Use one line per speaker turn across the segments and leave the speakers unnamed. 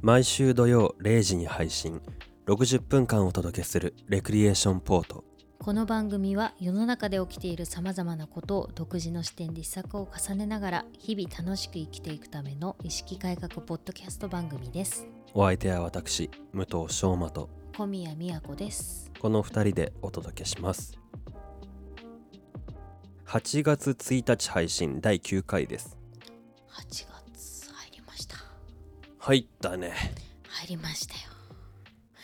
毎週土曜0時に配信60分間お届けするレクリエーションポート
この番組は世の中で起きているさまざまなことを独自の視点で試作を重ねながら日々楽しく生きていくための意識改革ポッドキャスト番組です
お相手は私武藤翔馬と
小宮宮子です
この2人でお届けします8月1日配信第9回です
8月入りました
入ったね
入りましたよ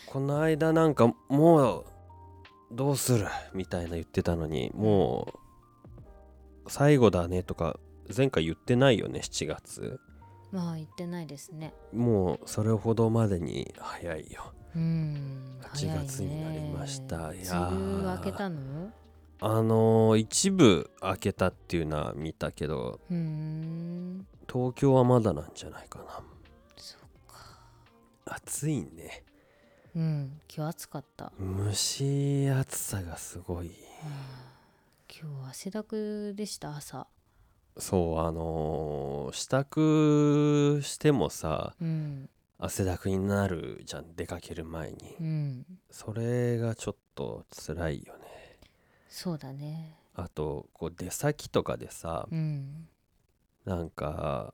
この間なんかもうどうするみたいな言ってたのにもう最後だねとか前回言ってないよね7月
まあ言ってないですね
もうそれほどまでに早いよ
うん
8月になりました
早いね
いやー
梅雨明けたの
あのー一部開けたっていうのは見たけど
うーん
東京はまだなんじゃないかな
そっか
暑いね
うん今日暑かった
蒸し暑さがすごい
今日汗だくでした朝
そうあのー、支度してもさ
うん
汗だくになるじゃん出かける前に
うん
それがちょっと辛いよね
そうだね
あとこう出先とかでさ
うん
なんか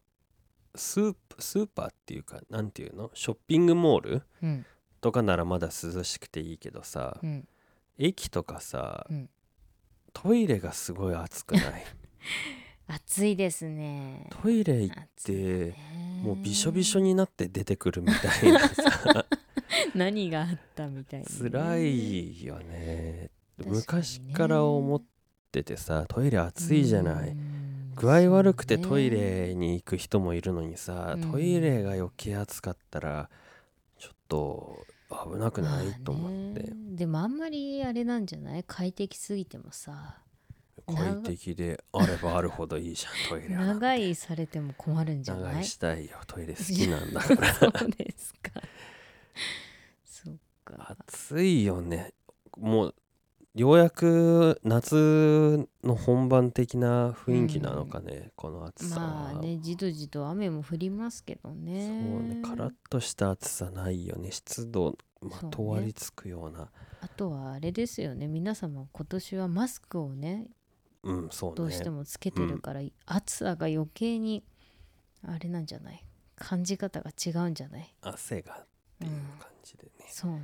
スープスーパーっていうかなんていうのショッピングモール
うん
とかならまだ涼しくていいけどさ
うん
駅とかさ
うん
トイレがすごい暑くない
暑いですね
トイレ行っ
暑い
て
ね
もうびしょびしょになって出てくるみたいな さ
何があったみたいなね
辛いよね
確かにね
昔から思っててさトイレ暑いじゃない
うん
具合悪くて
そうね
トイレに行く人もいるのにさ、
うん
トイレが余計暑かったらちょっと危なくない
まあね
と思って、
でもあんまりあれなんじゃない快適すぎてもさ長
快適であればあるほどいいじゃんトイレは
長いされても困るんじゃな
長
い
いしたいよトイレ好きなんだから
そうですかそっか
暑いよねもうようやく夏の本番的な雰囲気なのかね、この暑さは、
まあねじとじと雨も降りますけ
そ
ど
う
ね
ねカラッとした暑さないよね湿度ま
そうね
とわりつくような
あとはあれですよね皆様今年はマスクをね
うんそうね
どうしてもつけてるから、暑さが余計にあれなんじゃない感じ方が違うんじゃない
汗がっていう感じでね、
そうね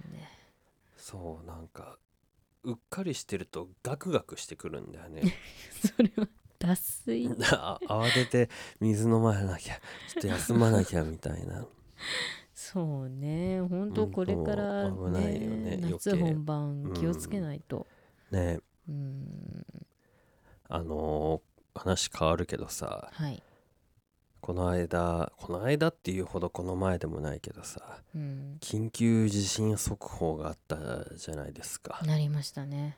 そうなんかうっかりしてるとガクガクしてくるんだよね
それは脱水
あ慌てて水飲まなきゃちょっと休まなきゃみたいな
そうね本当
うん
これから、ね
そう危ないよね余計
夏本番気をつけないと
ね
うん
あのー話変わるけどさ
はい、
この間この間っていうほどこの前でもないけどさ
うん、
緊急地震速報があったじゃないですか
なりましたね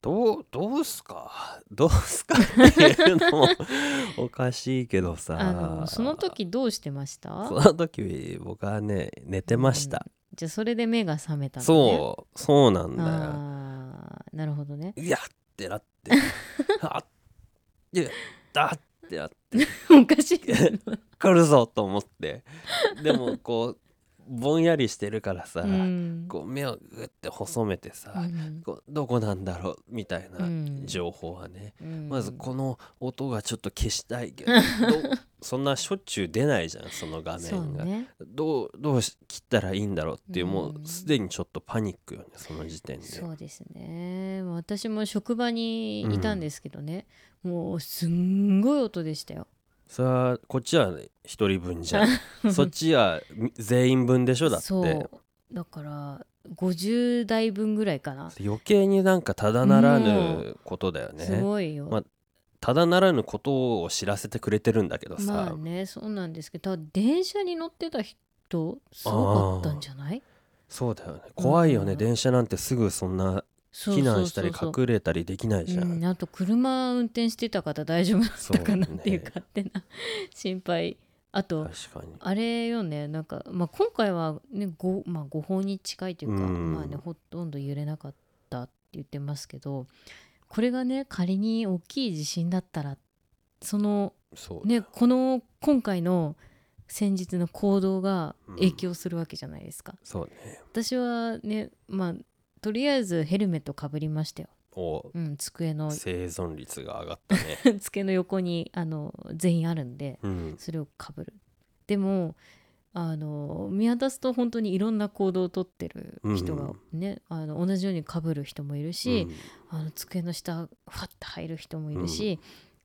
どうどうすかどうすかっていうのも おかしいけどさ
あのその時どうしてました
その時僕はね寝てました、
じゃあそれで目が覚めたの、ね、
そうそうなんだ
あーなるほどね
よいやってなってあっいやだってなって
おかしいです ね
来るぞと思ってでもこうぼんやりしてるからさ、
うん
こう目をグって細めてさ、
うん
こうどこなんだろうみたいな
うん
情報はね、
うん
まずこの音がちょっと消したい けどどうそんなしょっちゅう出ないじゃんその画面
そう
が、
ね
どうどうし切ったらいいんだろうっていう、も
うん
うすでにちょっとパニックよねその時点で
そうですね私も職場にいたんですけどね、もうすんごい音でしたよ
それはこっちは一人分じゃ んそっちはみ全員分でしょだって
そうだから50台分ぐらいかな、
余計になんかただなら
も
ぬことだよ
す
ね
ごいよ、
まただならぬことを知らせてくれてるんだけどさ、
まあねそうなんですけどただ電車に乗ってた人すごかったんじゃない
そうだよね怖いよね、
うん
電車なんてすぐそんな
そうそ
避
うそうそう
難したり隠れたりできないじゃん
うん、あと車運転してた方大丈夫だったかなっていう
そうね
勝手な心配あと
確かに
あれよねなんか、まあ、今回は、ねごまあ、誤報に近いというか、
うん
まあね、ほとんど揺れなかったって言ってますけどこれがね仮に大きい地震だったらその、
そうだよ
ね、この今回の先日の行動が影響するわけじゃないですか、
そうね
私はねまあとりあえずヘルメットかぶりましたよ、
お
うん、机の
生存率が上がったね
机の横にあの全員あるんで
うん
それをかぶるでもあの見渡すと本当にいろんな行動をとってる人がね、あの同じようにかぶる人もいるし、あの机の下ふわっと入る人もいるし、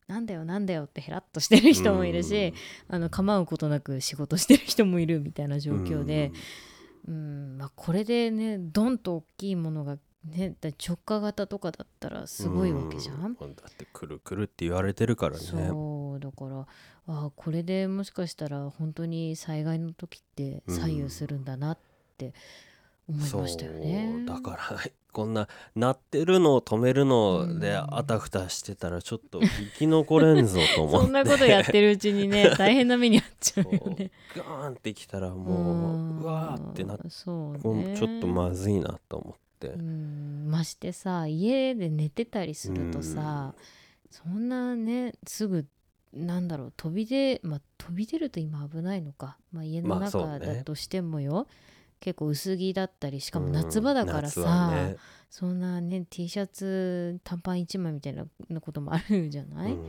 なんだよなんだよってヘラッとしてる人もいるし、、あの構うことなく仕事してる人もいるみたいな状
うん
況で、、うんまあ、これでねドンと大きいものが、ね、だ直下型とかだったらすごいわけじゃん。
うだってくるくるって言われてるからね
そうだからあーこれでもしかしたら本当に災害の時って左右するんだなって思いましたよね。
そうだからこんな鳴ってるのを止めるので
うん
あたふたしてたらちょっと生き残れんぞと思っ
そ
て
んなことやってるうちにね大変な目に遭っちゃうよ ね。
ガーンってきたらもううわーってなって
てそう、
こ
ね、
うちょっとまずいなと思って
うんましてさ家で寝てたりするとさ、そんなねすぐなんだろう飛び出まあ飛び出ると今危ないのか、まあ、家の
まあそうね
中だとしてもよ、結構薄着だったりし
し
かも夏場だからさ、
ね
そんなね T シャツ短パン1枚みたいなこともあるじゃない、
うん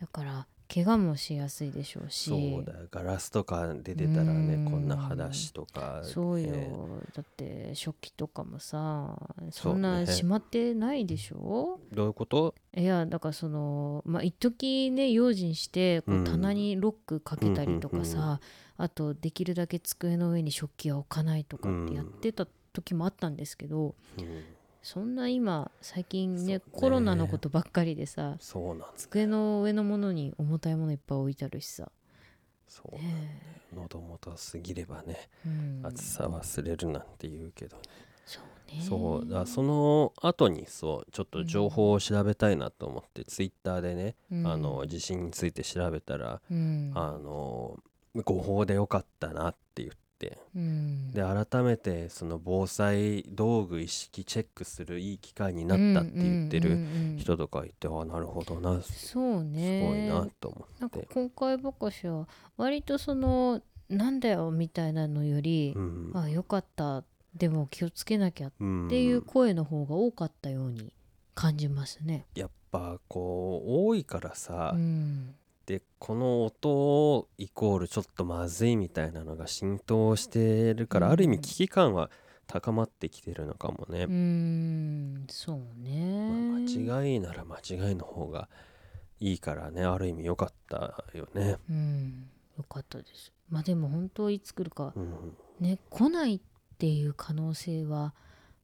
だから怪我もしやすいでしょうし
そうだよガラスとか出てたらね
うん
こんな裸足とか
そうよ、
ね
だって食器とかもさ
そうね
そんなしまってないでしょ
どういうこと
いやだからそのまあ一時ね用心してこ
うん
う棚にロックかけたりとかさ、
うんうん
あとできるだけ机の上に食器は置かないとかってやってた時もあったんですけど、
うん
そんな今最近ね
そうね
コロナのことばっかりでさ
そうなんです
机の上のものに重たいものいっぱい置いてあるしさ、
そう
ね
喉元すぎればね
えうん、
暑さ忘れるなんて言うけどね
そうね
そうだその後にそうちょっと情報を調べたいなと思ってツイッターでね
うん
あの地震について調べたら
うん
あの誤報でよかったなって言って
うん
で改めてその防災道具意識チェックするいい機会になったって言って
うんう
る
んうんうん
人とかいてあなるほどなす
そうね
ごいなと思
なん
っ
か
て。
今回ばかしは割とそのなんだよみたいなのより
う、ん
あよかったでも気をつけなきゃっ
うん
ていう声の方が多かったように感じますね。
やっぱこう多いからさ、
うん、
でこの音イコールちょっとまずいみたいなのが浸透してるから、
うん
ある意味危機感は高まってきてるのかもね
う、ん、そう
ま
ね。
あ間違いなら間違いの方がいいからねある意味良かったよね。
うん、よかったです。まあでも本当いつ来るか
うん
ね来ないっていう可能性は、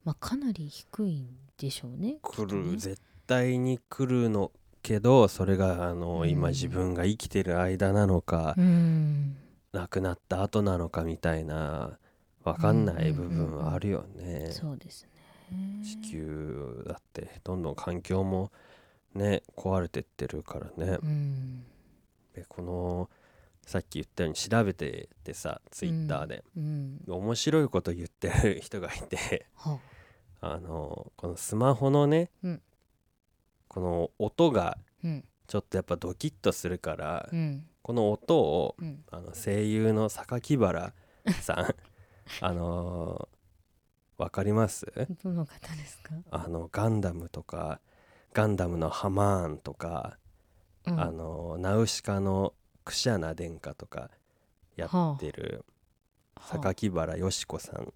まあ、かなり低いんでしょうね。
来
きっとね
る絶対に来るのけどそれがあの、
うん
今自分が生きてる間なのか、
うん
亡くなった後なのかみたいな分かんない部分はあるよね。
そうですね。
地球だってどんどん環境もね壊れてってるからね、
うん
でこのさっき言ったように調べててさツイッターで、
うん
面白いこと言ってる 人がいて
は
あのこのスマホのね、
うん
この音が
うん
ちょっとやっぱドキッとするから、
うん
この音を
うん
あの声優の榊原さ んあのーわかります
どの方ですか、
あのガンダムとかガンダムのハマーンとか、
うん、
あのナウシカのクシャナ殿下とかやってる榊原よし子さんっ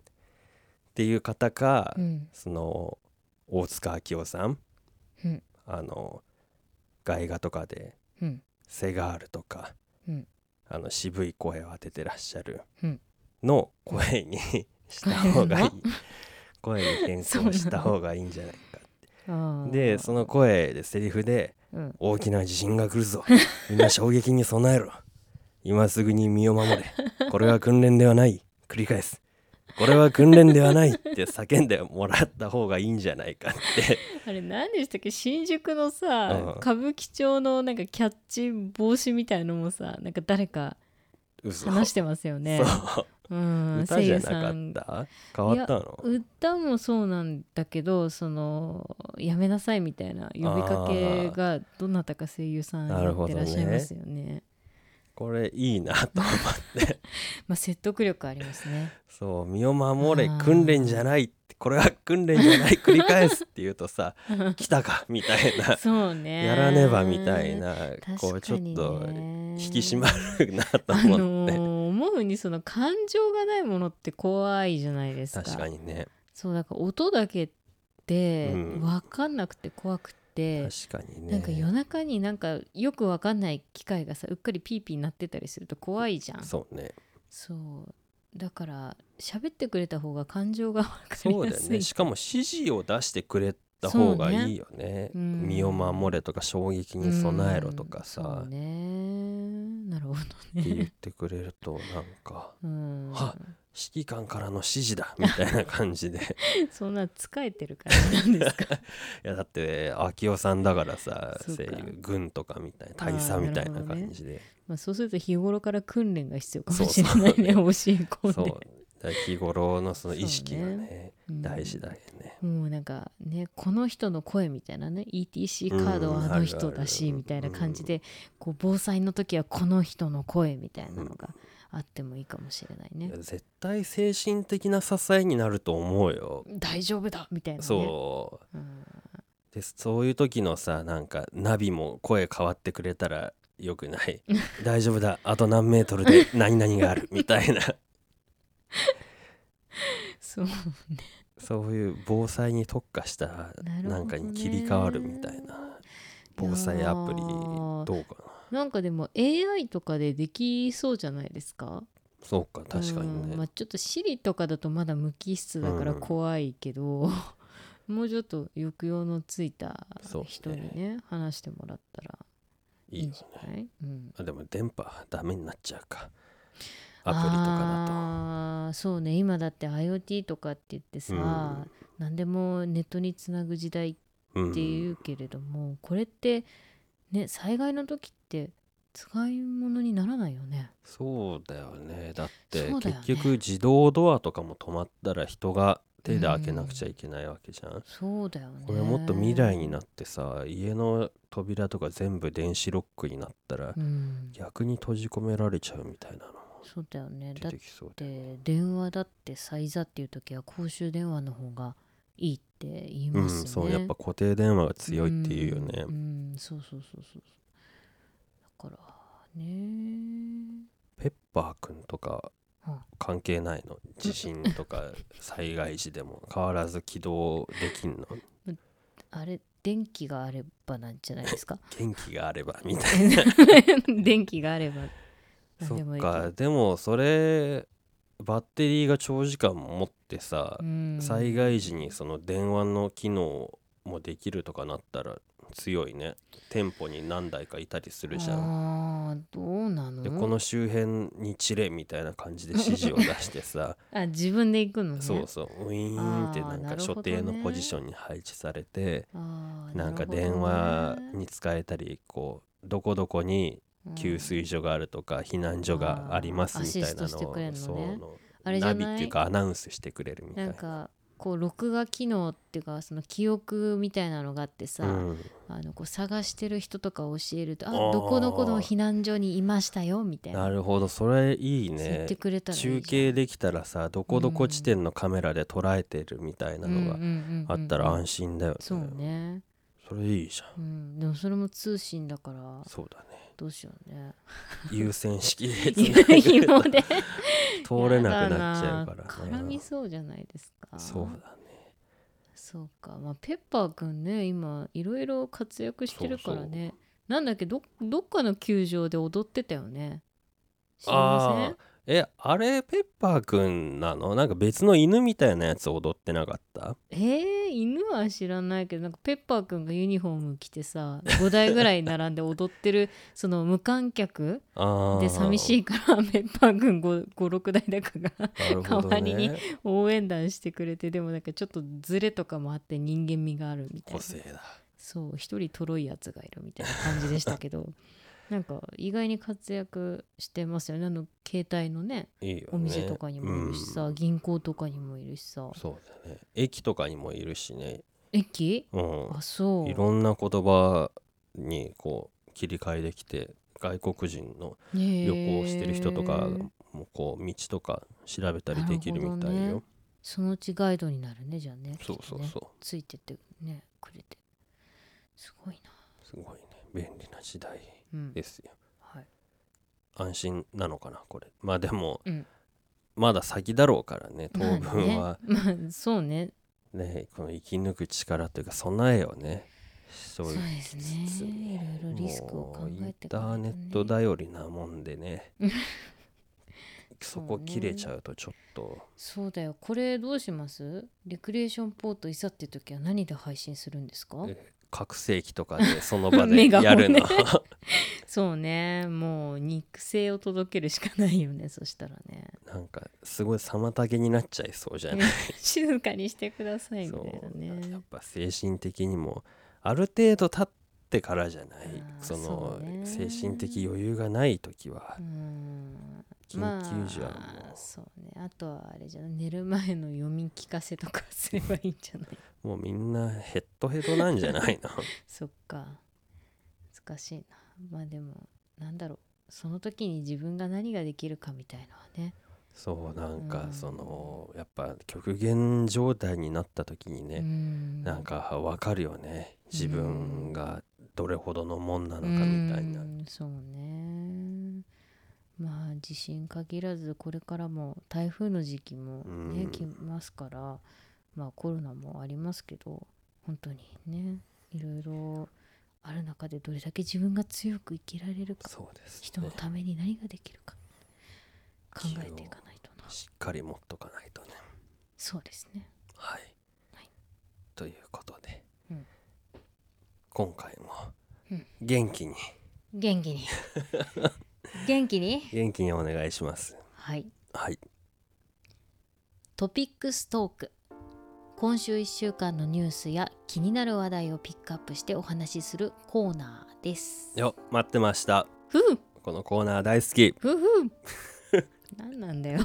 ていう方か、
うん
その大塚明夫さん、
うん
あの外画とかで
うん
セガールとか、
うん
あの渋い声を当ててらっしゃる
うん
の声 にした方がいい
声
声に変
そうな
更
の
した方がいいんじゃないか
あー
でその声でセリフで
うん
「大きな地震が来る ぞみんな衝撃に備えろ今すぐに身を守れこれは訓練ではない繰り返すこれは訓練ではない」って叫んでもらった方がいいんじゃないかって
あれ何でしたっけ新宿のさ
うん
歌舞伎町のなんかキャッチ帽子みたいのもさなんか誰か
嘘
話してますよね、、
そううん歌じゃな
声
か
優
った変わったの
歌もそうなんだけどそのやめなさいみたいな呼びかけがどなたか声優さん
あー
やってらっしゃいますよね
これいいなと思って
まあ説得力あります ね。
そう身を守れ
あー
訓練じゃないってこれは訓練じゃない繰り返すっていうと さ来たかみたいな
そうね。
やらねばみたい。なこう
確
ちょ
か
っ
にね
と引き締まるなと
あ
思って、
のー思うにその感情がないものって怖いじゃないですか。
確かにね
そうだから音だけって
うん
分かんなくて怖くて、
確かにね
なんか夜中になんかよく分かんない機械がさうっかりピーピー鳴ってたりすると怖いじゃん。
そうね
そうだから喋ってくれた方が感情が分かり
そう
や
だよ
すい。
ねしかも指示を出してくれた方がいいよね
そうねうん
身を守れとか衝撃に備えろとか
うん
さ、
そうねなるほど
って言っ
ね。
てくれるとなんか
うん、
は指揮官からの指示だみたいな感じで
そんな疲れてるからなんですか
いやだって明夫さんだからさ
そうか
声優軍とかみたいな大佐みたいな感じで、
まあそうすると日頃から訓練が必要か
そ
も
う
し
そう
れないね教え込んで
そうだから日頃のその意識がね
うん
大事だよね。
もうなんかねこの人の声みたいなね ETC カードはあの人だ
うんあるあ
し
る
みたいな感じでこう防災の時はこの人の声みたいなのがあってもいいかもしれないね
いや絶対精神的な支えになると思うよ。
大丈夫だみたいなね
そう
うん
でそういう時のさなんかナビも声変わってくれたらよくない 大丈夫だあと何メートルで何々があるみたいな
そう
そういう防災に特化した
なるほどね
なんかに切り替わるみたいな防災アプリ
いやー
どうかな
なんかでも AI とかでできそうじゃないですか
そうか確かに
う
ね、
んまあ、ちょっと Siri とかだとまだ無機質だから
うん
怖いけど、 もうちょっと抑揚のついた
そうね
人にね話してもらったらい
いい
い
よ
んじゃないうん、
あでも電波ダメになっちゃうかアプリとか
あーそうね今だって IoT とかって言ってさ、
うん
何でもネットにつなぐ時代
だと、うん、
っていうけれども、これってね災害の時って使い物にならないよね
そうだよねだって
そうだよね
結局自動ドアとかも止まったら人が手で開けなくちゃいけないわけじゃん
そうだよね
これもっと未来になってさ家の扉とか全部電子ロックになったら
うん、
逆に閉じ込められちゃうみたいなの
そうだよねだ
出
って
きそうで
て電話だって最座っていう時は公衆電話の方がいいって言いますね、
うんそうやっぱ固定電話が強いっていうよね
うん、うんそうそうそうそうだからね
ペッパーくんとか
うん
関係ないの地震と か災害時でも変わらず起動できんの
あれ電気があればなんじゃな いですか
元気があればみたいな
電気があれば
そ
何でも
っ
いいけど
かでもそれバッテリーが長時間持ってさ、
うん
災害時にその電話の機能もできるとかなったら強いね店舗に何台かいたりするじゃん。
あーどうなの
でこの周辺に散れみたいな感じで指示を出してさ
あ自分で行くのね
そうそうウィーンってなん
あーな
か
るほ
所
どね
定のポジションに配置されて
あー
なんか
るほどね
電話に使えたりこうどこどこに給水所があるとか避難所がありますみたいな
あーアシストして
のを
くれんのね
そう
あれじゃ
ナ
な
ビ
い
っていうかアナウンスしてくれるみたい
なん
な。
かこう録画機能っていうかその記憶みたいなのがあってさ、
うん
あのこう探してる人とか教えると「あ
あー
どこどこの避難所にいましたよ」みたいな
なるほどそれいい
そう
ね
言ってくれたらいいじゃん
中継できたらさどこどこ地点のカメラで捉えてるみたいなのが
うんうんうんうん
あったら安心だよね、
そうね、
それいいじゃん
うん、でもそれも通信だから
そうだね
どうしようね
優先 式でつ なげる
紐
と
で
通れなくなっちゃうから
やだな絡み
ね
そうじゃないですか
そうだね
そうか、まあ、ペッパーくんね今いろいろ活躍してるからねなんだっけどどっかの球場で踊ってたよね知りま
ああえあれペッパーくんなのなんか別の犬みたいなやつ踊ってなかった
せんえー、犬は知らないけどなんかペッパーくんがユニフォーム着てさ5台ぐらい並んで踊ってる その無観客
あ
で寂し
い
いから ペッパーくん56台だかが代わりに応援団してくれてでもなんかちょっとズレとかもあって人間味があるみた
個
いな
性だ
そう一人とろいやつがいるみたいな感じでしたけど なんか意外に活躍してますよねあの携帯のね
いいよね
お店とかにもいるしさ、
うん
銀行とかにもいるしさ
そうだね駅とかにもいるしね
駅
うん
あそう
いろんな言葉にこう切り替えできて外国人の
旅
旅行してる人とかもこう道とか調べたりできるみたい
なるほど
よ
ね。そのうちガイドになるねじゃあね
そう
きっ
そ
と
う
ね
そ
ついてってねくれてすごいな、
う。すごいね。便利な時代
うん
ですよ。
はい、
安心なのかなこれ。まあでも
うん
まだ先だろうからね。当分は
まあねまあ そうね
ねこの生き抜く力というか備えをね。そ
そうですねいろいろリスクを考えてい
もうインターネット頼りなもんで ね
うん
そこ切れちゃうとちょっと
そうだよこれどうしますレクリエーションポートいざっていう時は何で配信するんですか
え拡声器とかでその場 で
メガホン
やるの、
ねそうねもう肉声を届けるしかないよねそしたらね
なんかすごい妨げになっちゃいそうじゃない
静かにしてくださいみた
そ
いな
うや
ね
っぱ精神的にもある程度経ってからじゃない
あー
そ
そ
の
うね
精神的余裕がない時は
うん
緊急時はもう
まあ、そうねあとはあれじゃない寝る前の読み聞かせとかすればいいんじゃ ない
もうみんなヘッドヘッドなんじゃない の
そっか難しいなまあでもなんだろうその時に自分が何ができるかみたいのはね
そうなんか
うん
そのやっぱ極限状態になった時に
う
ね
ん
なんかわかるよね自分がどれほどのもんなのかみたいな
うんそうねまあ地震限らずこれからも台風の時期もね、
うん
来ますからまあコロナもありますけど本当にねいろいろある中でどれだけ自分が強く生きられるか
そうです
人の
ね
ために何ができるか考えていかないとな
しっかり持っとかないとね
そうですね
はい、
い
ということで、
うん
今回も
うん
元気に
元 気に元気に
元気にお願いします
はい
はい
トピックストーク今週1週間のニュースや気になる話題をピックアップしてお話しするコーナーです。
よ待ってました
ふう
このコーナー大好き
ふうふう 何なんだよ。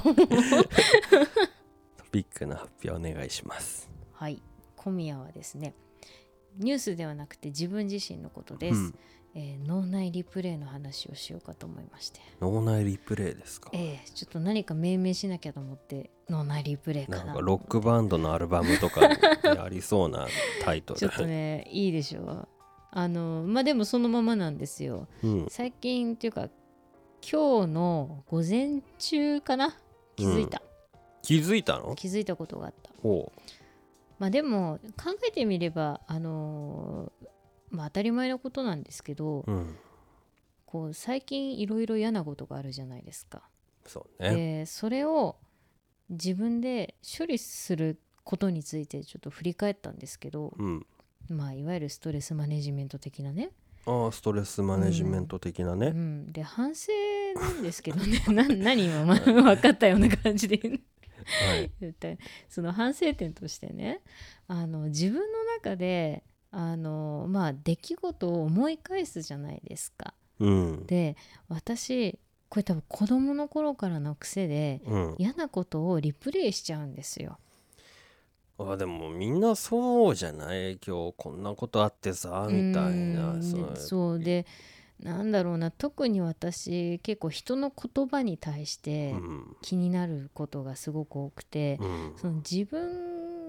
トピックの発表お願いします
はい今夜はですねニュースではなくて自分自身のことです、
うん
えー脳内リプレイの話をしようかと思いまして、
脳内リプレイですか
えーちょっと何か命名しなきゃと思って脳内リプレイかな
なんかロックバンドのアルバムとかにありそうなタイトル
ちょっとねいいでしょうあのまあでもそのままなんですよ
うん、
最近っていうか今日の午前中かな気づいた、
気づいたの
気づいたことがあった
ほ
まあでも考えてみればあのーまあ当たり前のことなんですけど、
う、うん、
こう最近いろいろ嫌なことがあるじゃないですか
そうね、
でそれを自分で処理することについてちょっと振り返ったんですけど、
うん、
まあいわゆるストレスマネジメント的なね、
ああストレスマネジメント的な
う
ね、
ん、で反省なんですけどね な何今、まあ、分かったような感じで言う
はい、
絶対その反省点としてねあの自分の中であの、まあ、出来事を思い返すじゃないですか。
うん
で私これ多分子供の頃からの癖で
うん、
嫌なことをリプレイしちゃうんですよ。
あでもみんなそうじゃない今日こんなことあってさみたいな
うん
そ
で
の
そうでなんだろうな特に私結構人の言葉に対して
うん
気になることがすごく多くて、
うん
その自分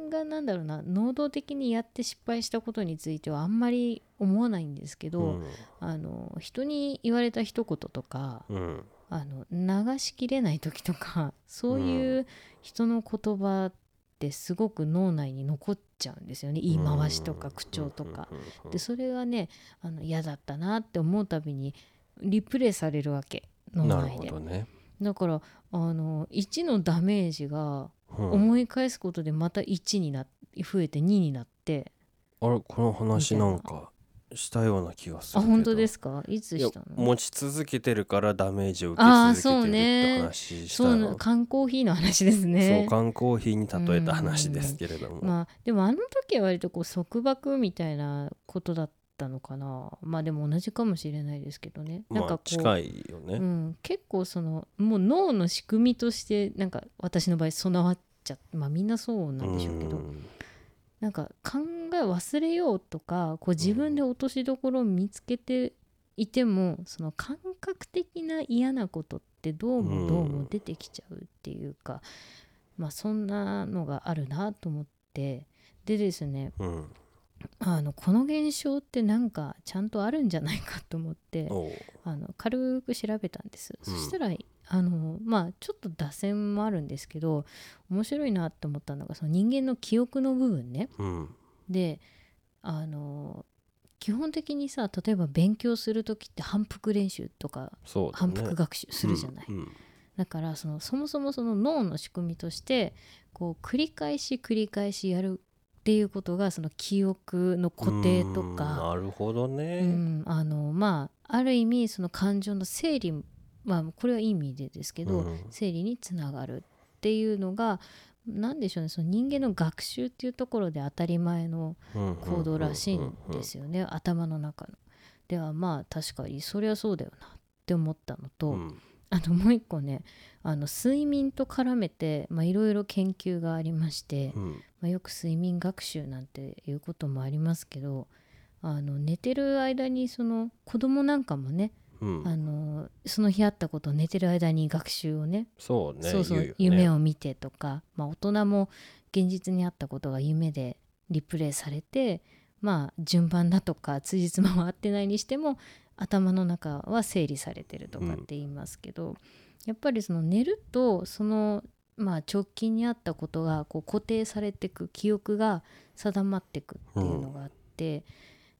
がなんだろうな能動的にやって失敗したことについてはあんまり思わないんですけど、
うん
あの人に言われた一言とか
うん
あの流しきれない時とか そういうう人の言葉ってすごく脳内に残っちゃうんですよね言い回しとか口調とか。
うんうんうん
でそれがねあの嫌だったなって思うたびにリプレイされるわけ脳
なる
内
ほ
で
ど。ね、
だからあの1のダメージが
うん、
思い返すことでまた1にな増えて2になって
あれこの話なんかしたような気がする
あ本当ですすかいつ
いや
したの
持ち続けてるからダメージを受
あー
け続けてるって話した
そう
の
な缶コーヒーの話です
そ
ね
う缶コーヒーに例えた話ですけれども、
まあでもあの時は割とこう束縛みたいなことだったのかなまあでも同じかもしれないですけどね
ま
なんか
あ
こう、
近いよね、
うん、結構そのもう脳の仕組みとしてなんか私の場合備わっちゃってまあみんなそうなんでしょうけど、
ん
なんか考え忘れようとかこう自分で落としどころを見つけていてもその感覚的な嫌なことってどうもどうも出てきちゃうっていうか、まあそんなのがあるなと思ってでですね
うん
あのこの現象ってなんかちゃんとあるんじゃないかと思って
おう
あの軽く調べたんです、
うん
そしたらあのまあちょっと脱線もあるんですけど面白いなと思ったのがその人間の記憶の部分ね
うん
であの基本的にさ例えば勉強する時って反復練習とか
そうだ
反
ね
復学習するじゃない、
うん
だからそのそもそもその脳の仕組みとしてこう繰り返し繰り返しやるっていうことがその記憶の固定と
うん
か、
なるほど
う
ね、
ん、あのまあある意味その感情の整理まあこれはいい意味でですけど、
うん
整理につながるっていうのが何でしょうねその人間の学習っていうところで当たり前の
うん
行動らしいんです
よ。
よね、頭の中の。ではまあ確かにそりゃそうだよなって思ったのと、
うん
あともう一個ねあの睡眠と絡めてまあいろいろ研究がありまして、
うん
まあ、よく睡眠学習なんていうこともありますけどあの寝てる間にその子供なんかもね、
うん
あのその日あったことを寝てる間に学習をね
そうね
そうそう、
言うよね
夢を見てとか、まあ、大人も現実にあったことが夢でリプレイされてまあ順番だとか辻褄は合ってないにしても頭の中は整理されてるとかって言いますけど、やっぱりその寝るとその、まあ、直近にあったことがこう固定されてく記憶が定まってくっていうのがあって、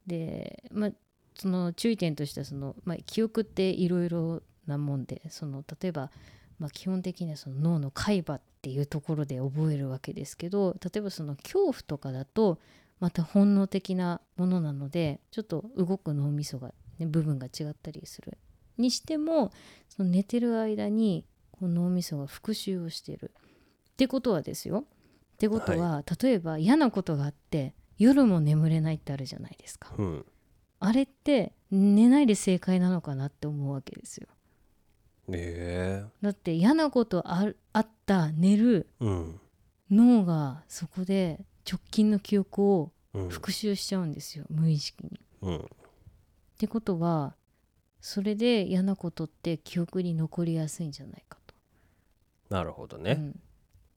で、まあ、その注意点としてはその、まあ、記憶っていろいろなもんでその例えば、まあ、基本的にはその脳の海馬っていうところで覚えるわけですけど例えばその恐怖とかだとまた本能的なものなのでちょっと動く脳みそが、ね、部分が違ったりするにしてもその寝てる間にこう脳みそが復習をしてるってことはですよってことは、例えば嫌なことがあって夜も眠れないってあるじゃないですか。
うん
あれって寝ないで正解なのかなって思うわけですよ
え
だって嫌なことあるあった寝る
えうん
脳がそこで直近の記憶を
うん
復習しちゃうんですよ無意識に。
うん
ってことはそれで嫌なことって記憶に残りやすいんじゃないかと。
なるほど
う
ね。
ん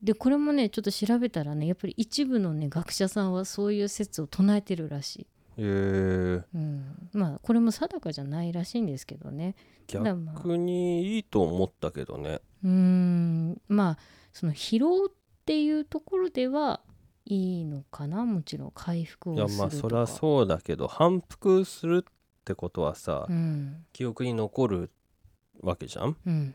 でこれもねちょっと調べたらねやっぱり一部のね学者さんはそういう説を唱えてるらし
ええ
い、うん、まあこれも定かじゃないらしいんですけどねだまあ
逆にいいと思ったけどね。
うーんまあその疲労っていうところではいいのかなもちろん回復を
い
す
や
るとか
まあそりゃそうだけど反復するってことはさ、
うん
記憶に残るわけじゃん。
うん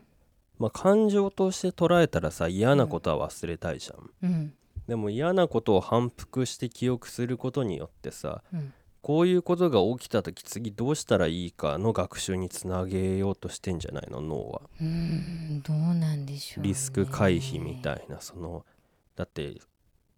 まあ感情として捉えたらさ嫌なことは忘れたいじゃん。
うん
でも嫌なことを反復して記憶することによってさ
うん
こういうことが起きた時次どうしたらいいかの学習につなげようとしてんじゃないの脳は。
うーんどうなんでしょう、ね、
リスク回避みたいなそのだって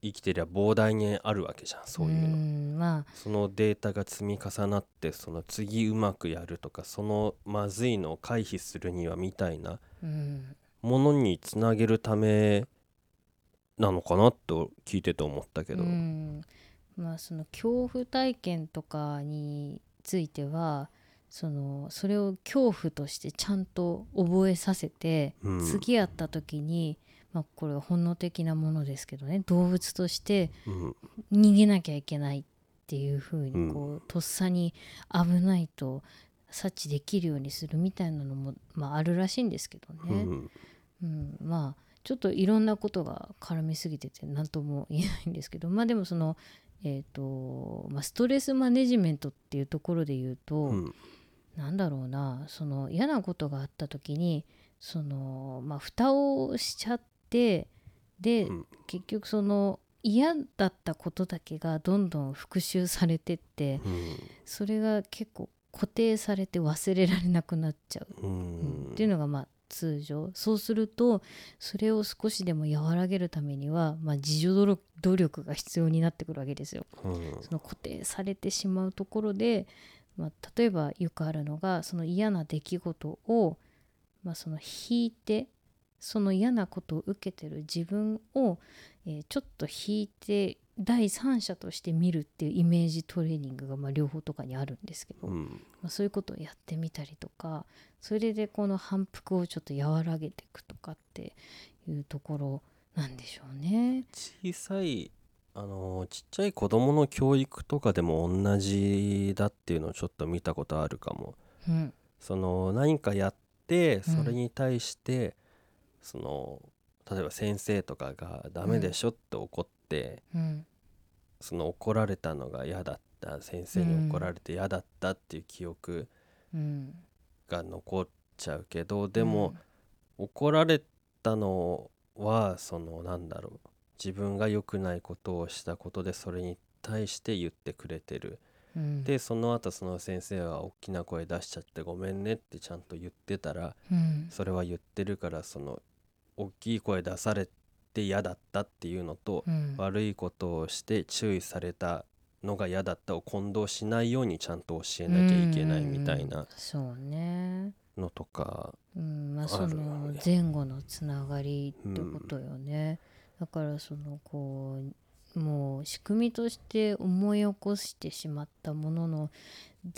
生きてりゃ膨大にあるわけじゃんそういうの、
んまあ
そのデータが積み重なってその次うまくやるとかそのまずいのを回避するにはみたいな
うん
ものにつなげるためなのかなと聞いてて思ったけど、
うんまあその恐怖体験とかについてはそのそれを恐怖としてちゃんと覚えさせて、
うん
次やった時に、まあ、これは本能的なものですけどね動物として
うん
逃げなきゃいけないっていう風にこう、
う
とっさに危ないと察知できるようにするみたいなのも、まあ、あるらしいんですけど
う
ね、
ん
うんまあちょっといろんなことが絡みすぎてて何とも言えないんですけどまあでもその、えーとまあ、ストレスマネジメントっていうところで言うと、
うん
なんだろうなその嫌なことがあった時にそのまあ蓋をしちゃってで、
うん
結局その嫌だったことだけがどんどん復習されてってそれが結構固定されて忘れられなくなっちゃう、
うん
っていうのがまあ通常そうするとそれを少しでも和らげるためには、まあ、自助努力努力が必要になってくるわけですよ。
うん
その固定されてしまうところで、まあ、例えばよくあるのがその嫌な出来事を、まあ、その引いてその嫌なことを受けてる自分を、えーちょっと引いて第三者として見るっていうイメージトレーニングがまあ両方とかにあるんですけど、
うん
まあ、そういうことをやってみたりとかそれでこの反復をちょっと和らげていくとかっていうところなんでしょうね。
小さいあのーちっちゃい子供の教育とかでも同じだっていうのをちょっと見たことあるかも
うん、
その何かやってそれに対して、その例えば先生とかが「ダメでしょ」って怒って、
うん、
その怒られたのが嫌だった先生に怒られて嫌だったっていう記憶
うん、
が残っちゃうけどでも、怒られたのはそのなんだろう自分が良くないことをしたことでそれに対して言ってくれてる、
うん、
でその後その先生は大きな声出しちゃってごめんねってちゃんと言ってたら
うん、
それは言ってるからその大きい声出されて嫌だったっていうのと、
うん、
悪いことをして注意されたのが嫌だったを混同しないようにちゃんと教えなきゃいけないみたい
うんうんうん
な
そうね、
のとか
うんまあ、
ある
そ
あ
の
る
前後のつながりってことよね、だからそのこうもう仕組みとして思い起こしてしまったものの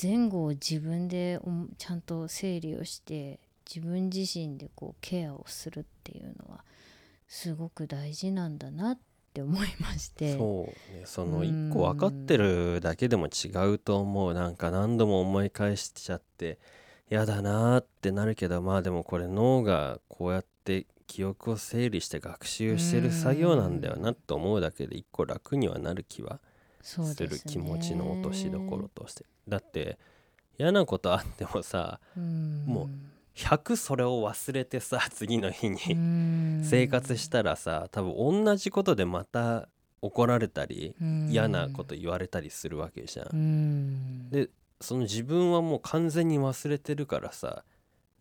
前後を自分でおもちゃんと整理をして自分自身でこうケアをするっていうのはすごく大事なんだなって思いまして。
そうねその
う
一個分かってるだけでも違うと思うなんか何度も思い返しちゃって嫌だなーってなるけどまあでもこれ脳がこうやって記憶を整理して学習してる作業なんだよなと思うだけで一個楽にはなる気は
そう
す
で
る
すね
気持ちの落としどころ、としてだって嫌なことあってもさ
うん、
も100それを忘れてさ次の日
う
に
ん
生活したらさ多分同じことでまた怒られたり嫌なこと言われたりするわけじゃ。
うんん
でその自分はもう完全に忘れてるからさ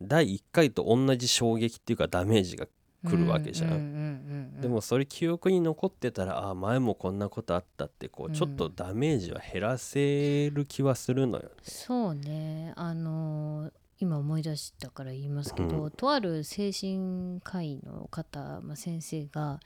第1回と同じ衝撃っていうかダメージが来るわけじゃん
うううんうん
でもそれ記憶に残ってたらあ前もこんなことあったってこ
う
うんちょっとダメージは減らせる気はするのよね。
そうねあのー今思い出したから言いますけど、
うん
とある精神科医の方、まあ、先生がま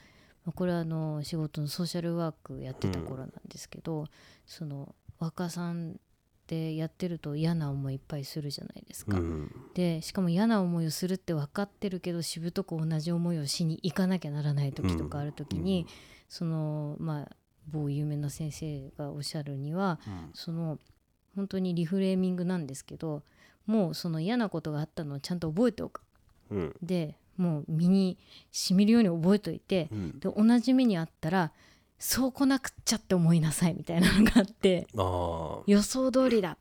あこれはあの仕事のソーシャルワークやってた頃なんですけど、その若さんでやってると嫌な思いいっぱいするじゃないです
う
か。
ん
でしかも嫌な思いをするって分かってるけどしぶとく同じ思いをしに行かなきゃならない時とかある時に、
うん
そのまあ某有名な先生がおっしゃるにはその本当にリフレーミングなんですけどもうその嫌なことがあったのをちゃんと覚えておく
うん
でもう身に染みるように覚えといて
うん
で同じ目にあったらそうこなくっちゃって思いなさいみたいなのがあって
ああ
予想通りだ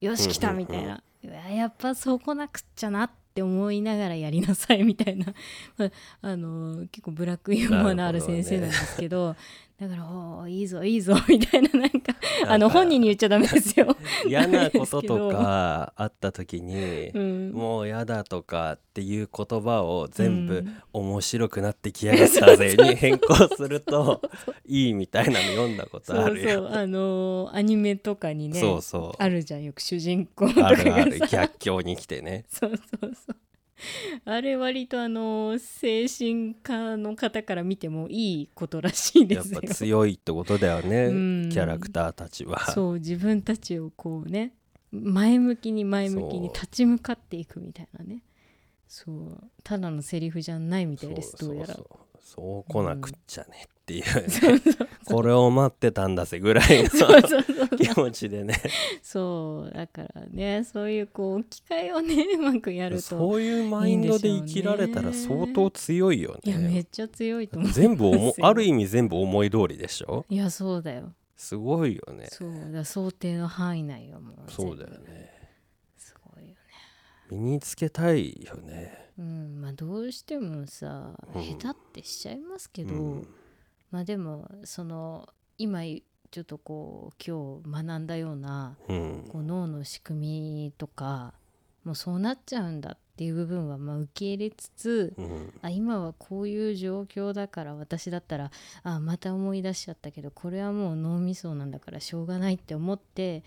よし来た
うんうんうん
みたいな、うわやっぱそうこなくっちゃなって思いながらやりなさいみ たいなまああの結構ブラックユーモアのある先生なんですけどだから「おーいいぞいいぞ」みたいななんかあの本人に言っちゃダメで すよ。
嫌なこととかあった時に
う、ん、
もう嫌だとかっていう言葉を全
う
部
ん
面白くなってきやがったぜに変更する といいみたいなの読んだことあ
そう
る
そう
よ。
あのアニメとかにね
そうそう。
あるじゃんよく主人公とか
あ
が
る
さ
ある逆境に来てね。
そうそうそうあれ割とあの精神科の方から見てもいいことらしいで
やっ
すよ
ぱ強いってことだよね
うん
キャラクターたちは。
そう自分たちをこうね前向きに前向きに
そう
立ち向かっていくみたいなねそうただのセリフじゃないみたいですどうやら
そうそうそう来なくっちゃねっていう,、これを待ってたんだぜぐらいの
そうそ うそう
気持ちでね
そうだからねそういうこう機会をね うまくやると
そういうマインドで生きられたら
いいんでしょうね
相当強いよ
いやめ
ね
っちゃ強いと思う
全部おも
強い
ある意味全部思い通りでしょ
いやそうだよ
すごいよね
そうだから想定の範囲内はもう
そう
全
だ
部
よね
すごいよね
身につけたいよね
うんまあどうしてもさ
うん
下手ってしちゃいますけ
う
ど、
ん
まあでもその今ちょっとこう今日学んだような
うん
こう脳の仕組みとかもうそうなっちゃうんだっていう部分はまあ受け入れつつ
うん
あ今はこういう状況だから私だったらあまた思い出しちゃったけどこれはもう脳みそなんだからしょうがないって思って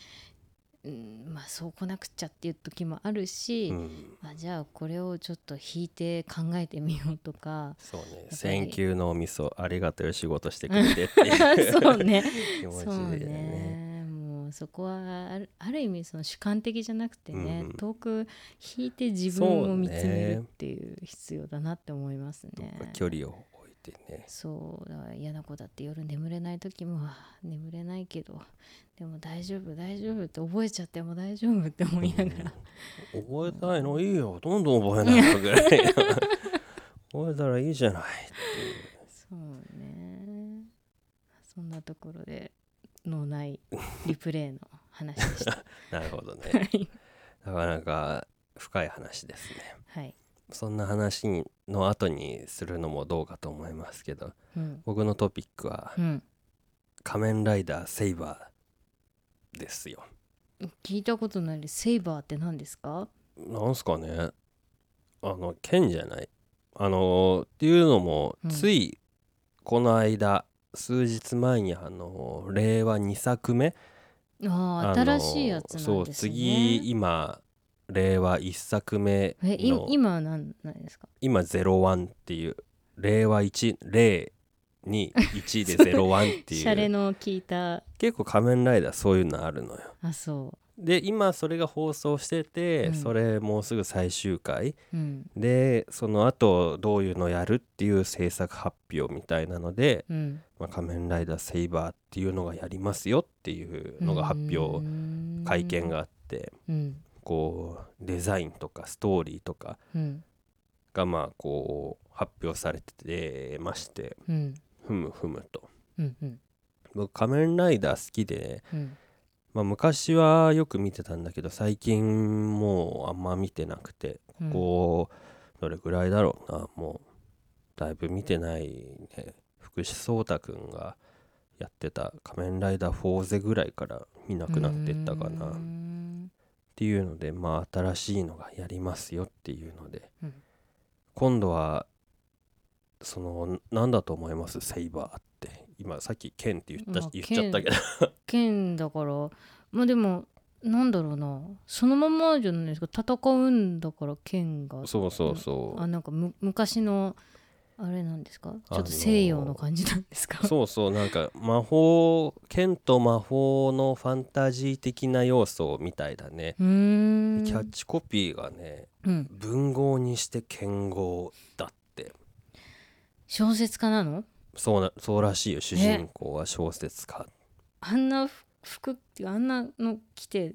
うんまあそう来なくちゃっていう時もあるし、
うん、
あじゃあこれをちょっと引いて考えてみようとか
そうね「
り
Thank you のおみそありがとう仕事してくれて」っていう
そうね
気持ち
そう
でね
ねもうそこはあるある意味その主観的じゃなくてね、
うん
遠く引いて自分を見つめ
そう
る
ね
っていう必要だなって思います
どっ
ね
か。距離を置いてね
そうだから嫌な子だって夜眠れない時もあー眠れないけどでも大丈夫大丈夫って覚えちゃっても大丈夫って思いながら、
覚えたいのいいよどんどん覚えないぐらい覚えたらいいじゃない
そうねそんなところで脳内リプレイの話でした
なるほど
は
ね
い、
なかなか深い話ですね
はい
そんな話の後にするのもどうかと思いますけど
うん
僕のトピックは
うん、
「仮面ライダーセイバー」ですよ
聞いたことないですセイバーって何ですか
なんすかねあの剣じゃないあのっていうのも
うん
ついこの間、数日前にあの令和2作目
あ
あの
あ新しいやつなん
そう
ですね
次今令和1作目
えい
の
今は何なんですか
今01っていう令和1零 に1で01って
シャ
い
レ
う
の聞いた
結構仮面ライダーそういうのあるのよ
あそ
で今それが放送してて、
うん
それもうすぐ最終回
ううん
でその後どういうのやるっていう制作発表みたいなので
うん
「まあ、仮面ライダーセイバー」っていうのがやりますよっていうのが発表会見があって
うん
こうデザインとかストーリーとか
うん
がまあこう発表されてまして
うん
ふむふむと
うんうん
僕仮面ライダー好きで、
うん
まあ、昔はよく見てたんだけど最近もうあんま見てなくて
うん
こうどれぐらいだろうなもうだいぶ見てないね福士蒼太くんがやってた「仮面ライダーフォーゼ」ぐらいから見なくなってったかな
うー
っ
ん
ていうのでまあ新しいのがやりますよっていうので
うん
今度はその何だと思いますセイバーって今さっき剣って言った
まあ
言っちゃったけど
剣だからまあでもなんだろうなそのままじゃないですか戦うんだから剣 が
そうそうそ
あなんかむ昔のあれなんですかち
あ
ょっ
の
と
ー
西洋の感じなんですか
うそうそうなんか魔法剣と魔法のファンタジー的な要素みたいだね
うーん
キャッチコピーがね
うん
文豪にして剣豪だって
小説家なの
そうなそうらしいよ主人公は小説家
あんなふ服っていうかあんなの着て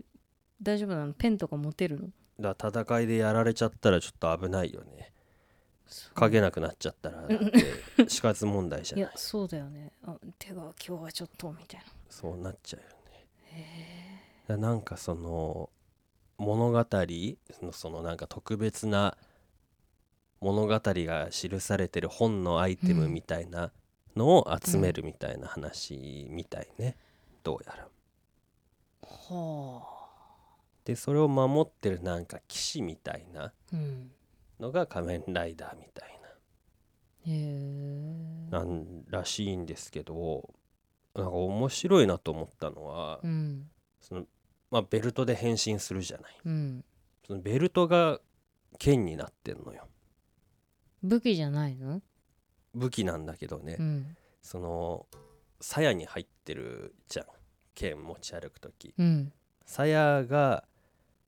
大丈夫なのペンとか持てるの
だから戦いでやられちゃったらちょっと危ないよね書けなくなっちゃったらだって死活問題じゃ
い
ない
やそうだよねあ手が今日はちょっとみたいな
そうなっちゃうよねだからなんかその物語のそのなんか特別な物語が記されてる本のアイテムみたいなのを集めるみたいな話みたいね、どうやら。
は
でそれを守ってるなんか騎士みたいな
あうん
のが仮面ライダーみたい
へえ
ななんらしいんですけどなんか面白いなと思ったのは、
うん
そのまあ、ベルトで変身するじゃない
うん
そのベルトが剣になってんのよ
武器じゃないの
武器なんだけどね、
うん
その鞘に入ってるじゃん剣持ち歩く時
うん
鞘が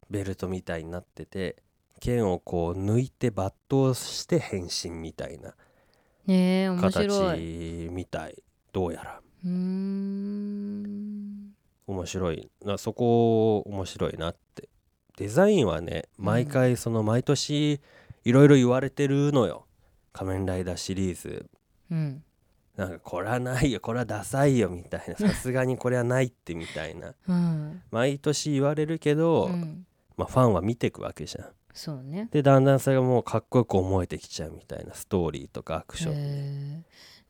ベルトみたいになってて剣をこう抜いて抜刀して変身みたいな
ねえ面白いう
形みたいどうやら
ーん
面白いなそこ面白いなってデザインはね
うん
毎回その毎年いろいろ言われてるのよ「仮面ライダー」シリーズ
うん
なんかこれはないよこれはダサいよみ たいなさすがにこれはないってみたいな
うん
毎年言われるけど、
うん
まあ、ファンは見てくわけじゃん
そうね
でだんだんそれがもうかっこよく思えてきちゃうみたいなストーリーとかアクションで、
へ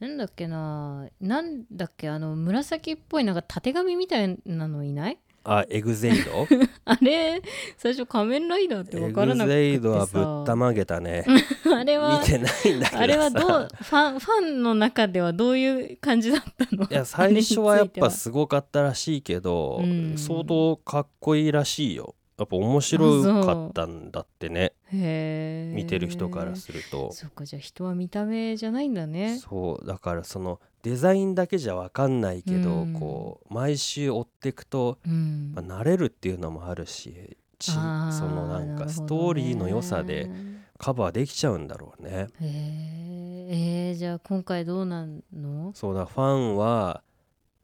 えなんだっけななんだっけあの紫っぽいなんかたてがみみたいなのいない
あエグゼイ ド
あれ最初仮面ライダーって
エ
分から
グ
なく
ゼ
て
イドはぶ
さ
ったまげたね
あれは
見てないんだけどさ
あれはどうファンファンの中ではどういう感じだったの
いや最初はやっぱ
あれについて
すごかったらしいけど
うん
相当かっこいいらしいよやっぱ面白かったんだってね
はへえ
見てる人からすると
そうかじゃあ人は見た目じゃないんだね
そうだからそのデザインだけじゃ分かんないけど
うん
こう毎週追ってくと
うん
やっぱ慣れるっていうのもあるしちそ
あー
のなん
なるほど
か
ね
ストーリーの良さでカバーできちゃうんだろうね。
へええーじゃあ今回どうなんの
そうだファンは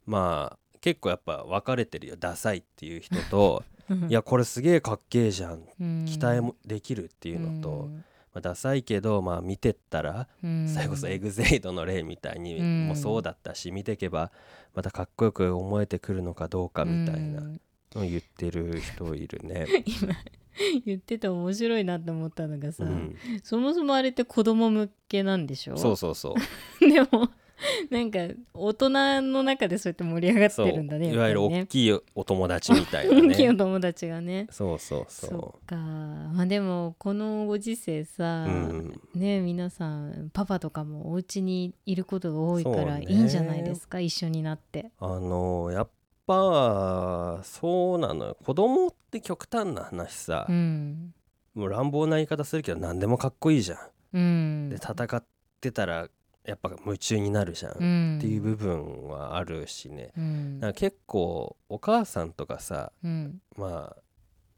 まあ結構やっぱ分かれてるよダサいっていう人 といやこれすげえかっけえじゃん
うん
期待もできるっていうのと、まあ、ダサいけど、まあ、見てったら、
うん
それこそエグゼイドの例みたいに
うん
もそうだったし見てけばまたかっこよく思えてくるのかどうかみたいな
う
の
ん
を言ってる人いるね。
今言ってて面白いなって思ったの がさ、
うん、
そもそもあれって子供向けなんでしょ
そうそうそう
でもなんか大人の中でそうやって盛り上がっ
そう
てるんだね
いわゆる
やっぱり
大
ね
きいお友達みたいな
大きいお
ね。
友達がね
そうそう
そ
そ
っかまあでもこのご時世さ、
う。うん、
ね皆さんパパとかもお家にいることが多いか
そう
ら
ね
いいんじゃないですか、一緒になって
あのやっぱそうなのよ子供って極端な話さ、
うん
もう乱暴な言い方するけど何でもかっこいいじゃん。
うん
で戦ってたらやっぱ夢中になるじゃん、っ
ん
ていう部分はあるしね
うん
なんか結構お母さんとかさ
うん
まあ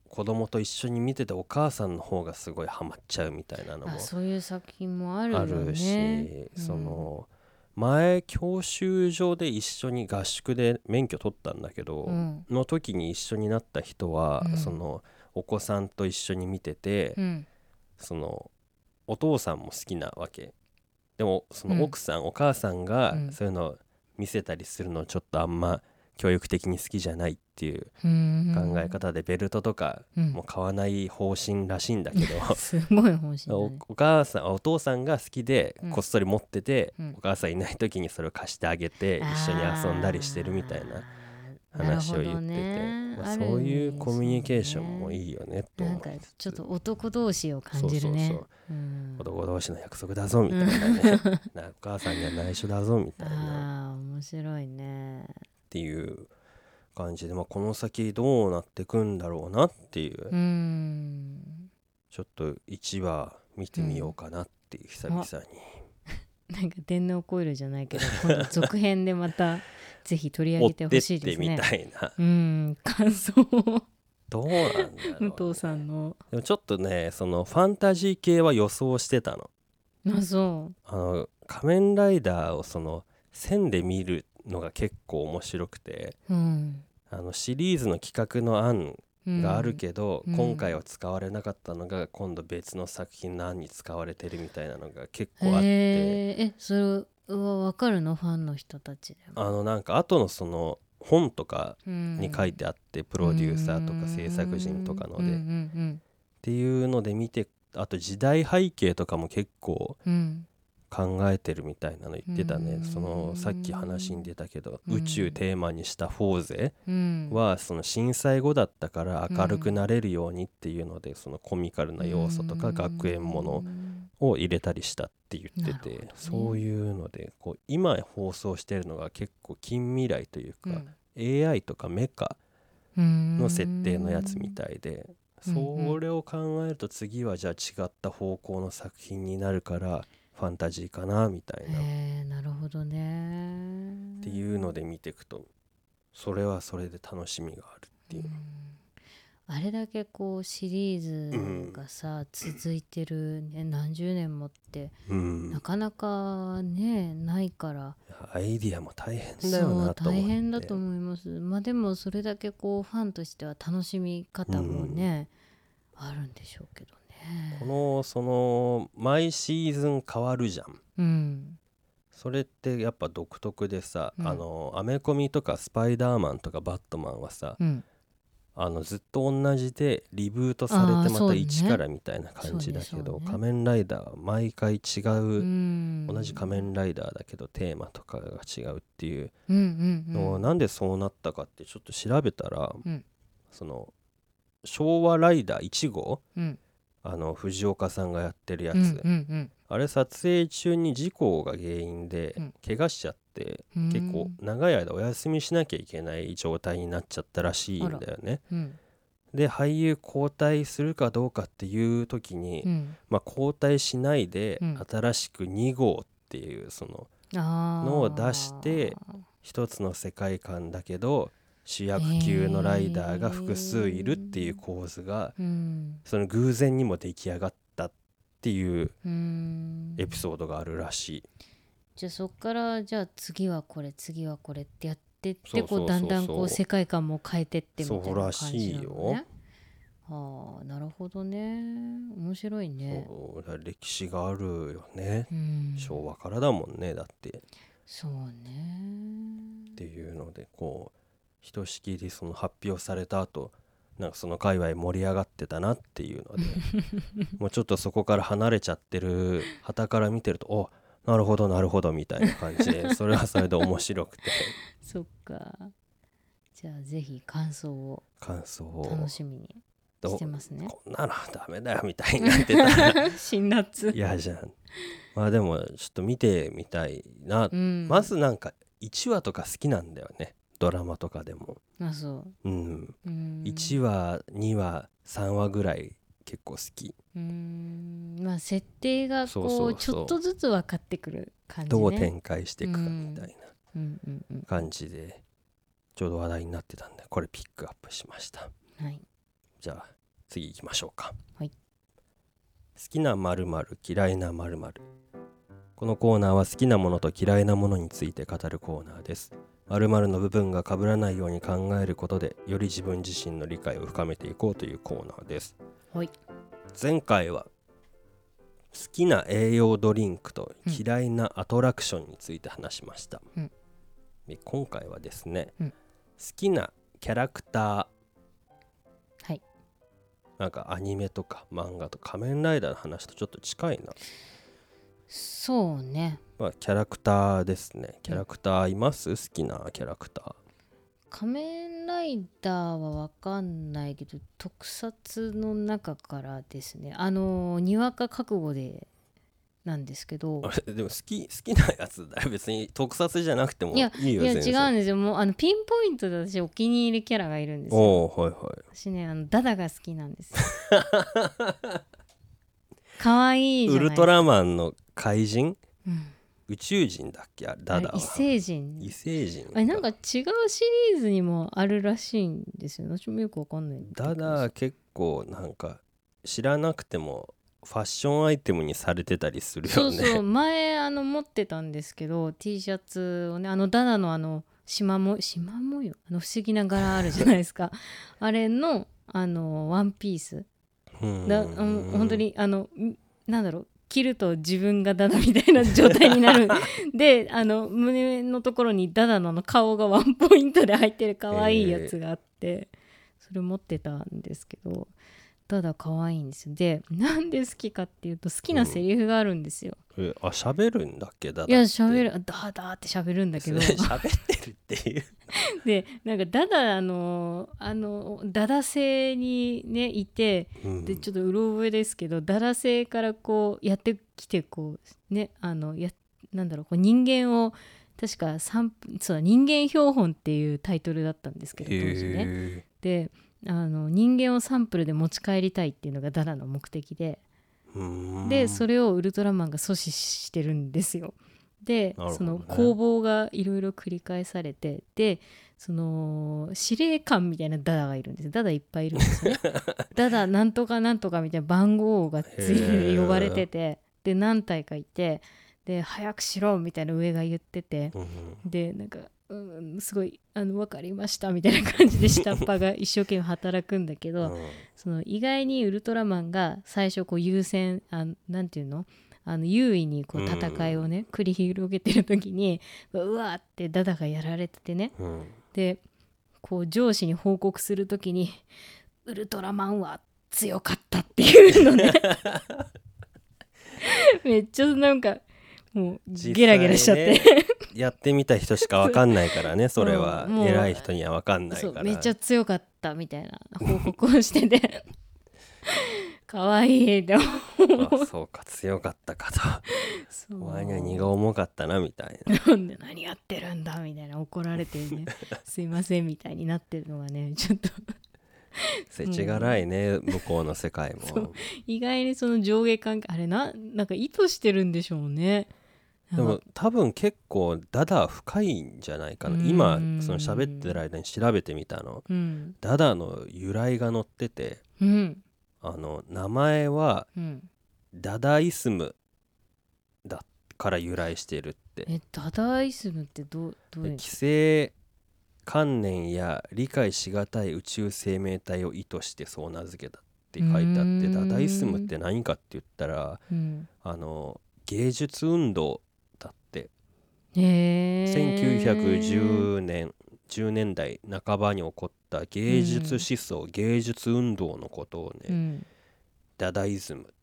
子供と一緒に見ててお母さんの方がすごいハマっちゃうみたいなのも
あそういう作品もあるよ
あ
ね
るし
うん
その前教習所で一緒に合宿で免許取ったんだけど、
うん
の時に一緒になった人は、
うん
そのお子さんと一緒に見てて、
うん
そのお父さんも好きなわけでもそ
うん
の奥さん、お母さんが
うん
そういうのを見せたりするのちょっとあんま教育的に好きじゃないっていう
うん
考え方でベルトとか
うん
もう買わない方針らしいんだけど
すごい本心だ
お
ね
お母さんお父さんが好きで
うん
こっそり持ってて、
うん
お母さんいない時にそれを貸してあげて一緒に遊んだりしてるみたいな
あーなる
話
ほ
を
ど
言ってて、
ね
まあ、
ある意味
そういうコミュニケーションも
そうね
いいよねと
な
思
んか
いつつ
ちょっと男同士を感じるね
そうそう
うん
男同士の約束だぞみたい なね、なお母さんには内緒だぞみたいなっ
ああ面白いね
ていう感じで、まあ、この先どうなってくんだろうなっていう、
うん
ちょっと1話見てみようかなっていう、久々に
なんか天皇コイルじゃないけど今度続編で またぜひ取り上
追
げ
っててっ
ほしいで
て
す
み
ね
たいな、
うん感想 を
どうなんだろう、
武藤さんの
でもちょっとねそのファンタジー系は予想してたの。
あそ
あの仮面ライダーをその線で見るのが結構面白くて
ううん
あのシリーズの企画の案
うん
があるけど、
うん
今回は使われなかったのが今度別の作品何に使われてるみたいなのが結構あって、
へーえそれは分かるのファンの人たちでも、
あのなんか後のその本とか
うん
に書いてあって、プロデューサーとか制作人とかので、
うん
っ
うん
ていうので見てあと時代背景とかも結構
うんうん
考えてるみたいなの言ってたね、
うん
そのさっき話に出たけど、
うん
宇宙テーマにした「フォーゼ
うん」
はその震災後だったから明るくなれるようにっていうので、そのコミカルな要素とか学園もの、を入れたりしたって言ってて、
なるほどね
そういうのでこう今放送してるのが結構近未来というか、
うん
AI とかメカの
の
設定のやつみたいで、
うんうん
それを考えると次はじゃあ違った方向の作品になるからファンタジーかなみたいなっ
へえなるほどね
ていうので見ていくとそれはそれで楽しみがあるっていうう。
んあれだけこうシリーズがさ、続いてる、ね、何十年もって
うん
なかなかねないから
アイディアも大変だよなと思って
大変だと思いますまあでもそれだけこうファンとしては楽しみ方もね、あるんでしょうけどね
このその毎シーズン変わるじゃん。
うん
それってやっぱ独特でさ、
うん
あのアメコミとかスパイダーマンとかバットマンはさ、
うん
あのずっと同じでリブートさ
あー
れて
そ
ま
う
た
ね
一からみたいな感じだけ
そうねそ
ど、
うね
仮面ライダーは毎回違う、
うん
同じ仮面ライダーだけどテーマとかが違うっていう
うんうんうん
のをなんでそうなったかってちょっと調べたら、
うん
その昭和ライダー1号
うん
あの藤岡さんがやってるやつ、
うんうん
あれ撮影中に事故が原因で
うん
怪我しちゃって、
うん
結構長い間お休みしなきゃいけない状態になっちゃったらしいんだよね。
うん
で俳優交代するかどうかっていう時に、
うん
まあ、交代しないで
うん
新しく2号っていうその
あー
のを出して一つの世界観だけど主役級のライダーが複数いるっていう構図が
うん
その偶然にも出来上がったっていう
うん
エピソードがあるらしい。
じゃあそっからじゃあ次はこれ次はこれってやってって
そうそうそうそう
こうだんだんこう世界観も変えてってみたいな感
そうらし
じ
い
なの、ね、
よ
ああなるほどね面白いね
そうだから歴史があるよね、
うん
昭和からだもんねだって
そうね
っていうのでこうひとしきりその発表された後なんかその界隈盛り上がってたなっていう のでもうちょっとそこから離れちゃってる旗から見てるとおなるほどなるほどみたいな感じ でそれはそれで面白くて
そっかじゃあぜひ感想を
感想を
楽しみに
ど
し
う
てますね
こんなのダメだよみたいになってた ら
辛辣
嫌じゃんまあでもちょっと見てみたいな
うん
まずなんか1話とか好きなんだよねドラマとかでも、
あそう
うん、
うん
1話2話3話ぐらい結構好き
うんまあ設定がこう
そうそうそう
ちょっとずつ分かってくる感じね
どう展開していくかみたい
うんうんうん
な感じでちょうど話題になってたんでこれピックアップしました
はい
じゃあ次行きましょうか、
はい
好きな〇〇嫌いな〇〇このコーナーは好きなものと嫌いなものについて語るコーナーです〇〇の部分が被らないように考えることでより自分自身の理解を深めていこうというコーナーです
はい
前回は好きな栄養ドリンクと嫌いなアトラクションについて話しました、
うん
で今回はですね、
うん
好きなキャラクター
はい
なんかアニメとか漫画と仮面ライダーの話とちょっと近いな、
そうね
まあ、キャラクターですねキャラクターいます、好きなキャラクタ
仮面ライダーは分かんないけど特撮の中からですねあのにわか覚悟でなんですけど
ーあ れでも好き好きなやつだよ別に特撮じゃなくてもいいよ
いや違うん
全然
ですよもうあのピンポイントで私お気に入りキャラがいるんですよ
おおはいはい
私ねあのダダが好きなん ですよ可愛いじ
ウ
ゃない
ルトラマンの怪人
うん
宇宙人だっけあれ
あ
ダ
れ
ダは
異星人
異星人
あれなんか違うシリーズにもあるらしいんですよ私もよく分かんないんだけ
ダ
ど
ダ結構なんか知らなくてもファッションアイテムにされてたりする
そ
よ
う
ね
そう前あの持ってたんですけど T シャツをねあのダナのあの縞も縞模様あの不思議な柄あるじゃないで すかあれのあのワンピース
うん
だ、うん、本当にあのんなんだろう着ると自分がダダみたいな状態にな るであの胸のところにダダのあの顔がワンポイントで入ってる可愛いやつがあって、それ持ってたんですけどダダ可愛いんですよでなんで好きかっていうと好きなセリフがあるんですよ、
えあ喋るんだっけダダ
いや喋るあダーダーって喋るんだけど
喋ってるっていう
でなんかダダあのあのダダ性にねいて
うん
でちょっとうろ覚えですけどダダ性からこうやってきてこうねあのやなんだろうこう人間を確か三分そうだ人間標本っていうタイトルだったんですけど当時ね。
へ
であの人間をサンプルで持ち帰りたいっていうのがダダの目的で。
ーうん
でそれをウルトラマンが阻止してるんですよ。で、
なるほ
そ
どね
の攻防がいろいろ繰り返されてでその司令官みたいなダダがいるんですダダいっぱいいる んですね。ダダなんとかなんとかみたいな番号がつい
へ
て
ー
呼ばれててで何体かいてで早くしろみたいな上が言ってて
うん
でなんか、うん、すごいあの分かりましたみたいな感じで下っ端が一生懸命働くんだけど、
うん
その意外にウルトラマンが最初こう優先あなんていうのあの優位にこう
うん
戦いをね、繰り広げてる時にうわーってダダがやられててね
うん
でこう上司に報告する時に「ウルトラマンは強かった」っていう のねめっちゃなんかもうゲラゲラしちゃって、
実際ね やってみた人しかわかんないからねそれは、
うんもう
偉い人にはわかんない
そ
から
うめっちゃ強かったみたいな報告をして て可愛いでも
あそうか強かったか
そ
と
う
お前には荷が重かったなみたいな
なんで何やってるんだみたいな怒られてねすいませんみたいになってるのがね ちょっと
世知辛いね、向こうの世界
そう
も
意外にその上下関係あれななんか意図してるんでしょうね
で
なん
も
か
多分結構ダダ深いんじゃないかな
うん
今その喋ってる間に調べてみたの
うん
ダダの由来が載ってて
うん
あの名前は
うん
ダダイスムだから由来してるって
えダダイスムってどうどうい
で
う
既成観念や理解しがたい宇宙生命体を意図してそう名付けたって書いてあ
う
って
ん
ダダイスムって何かって言ったら
うん
あの芸術運動だって
へえ
1910年10年代半ばに起こった芸術思想、芸術運動のことをね、
うん
ダダイズム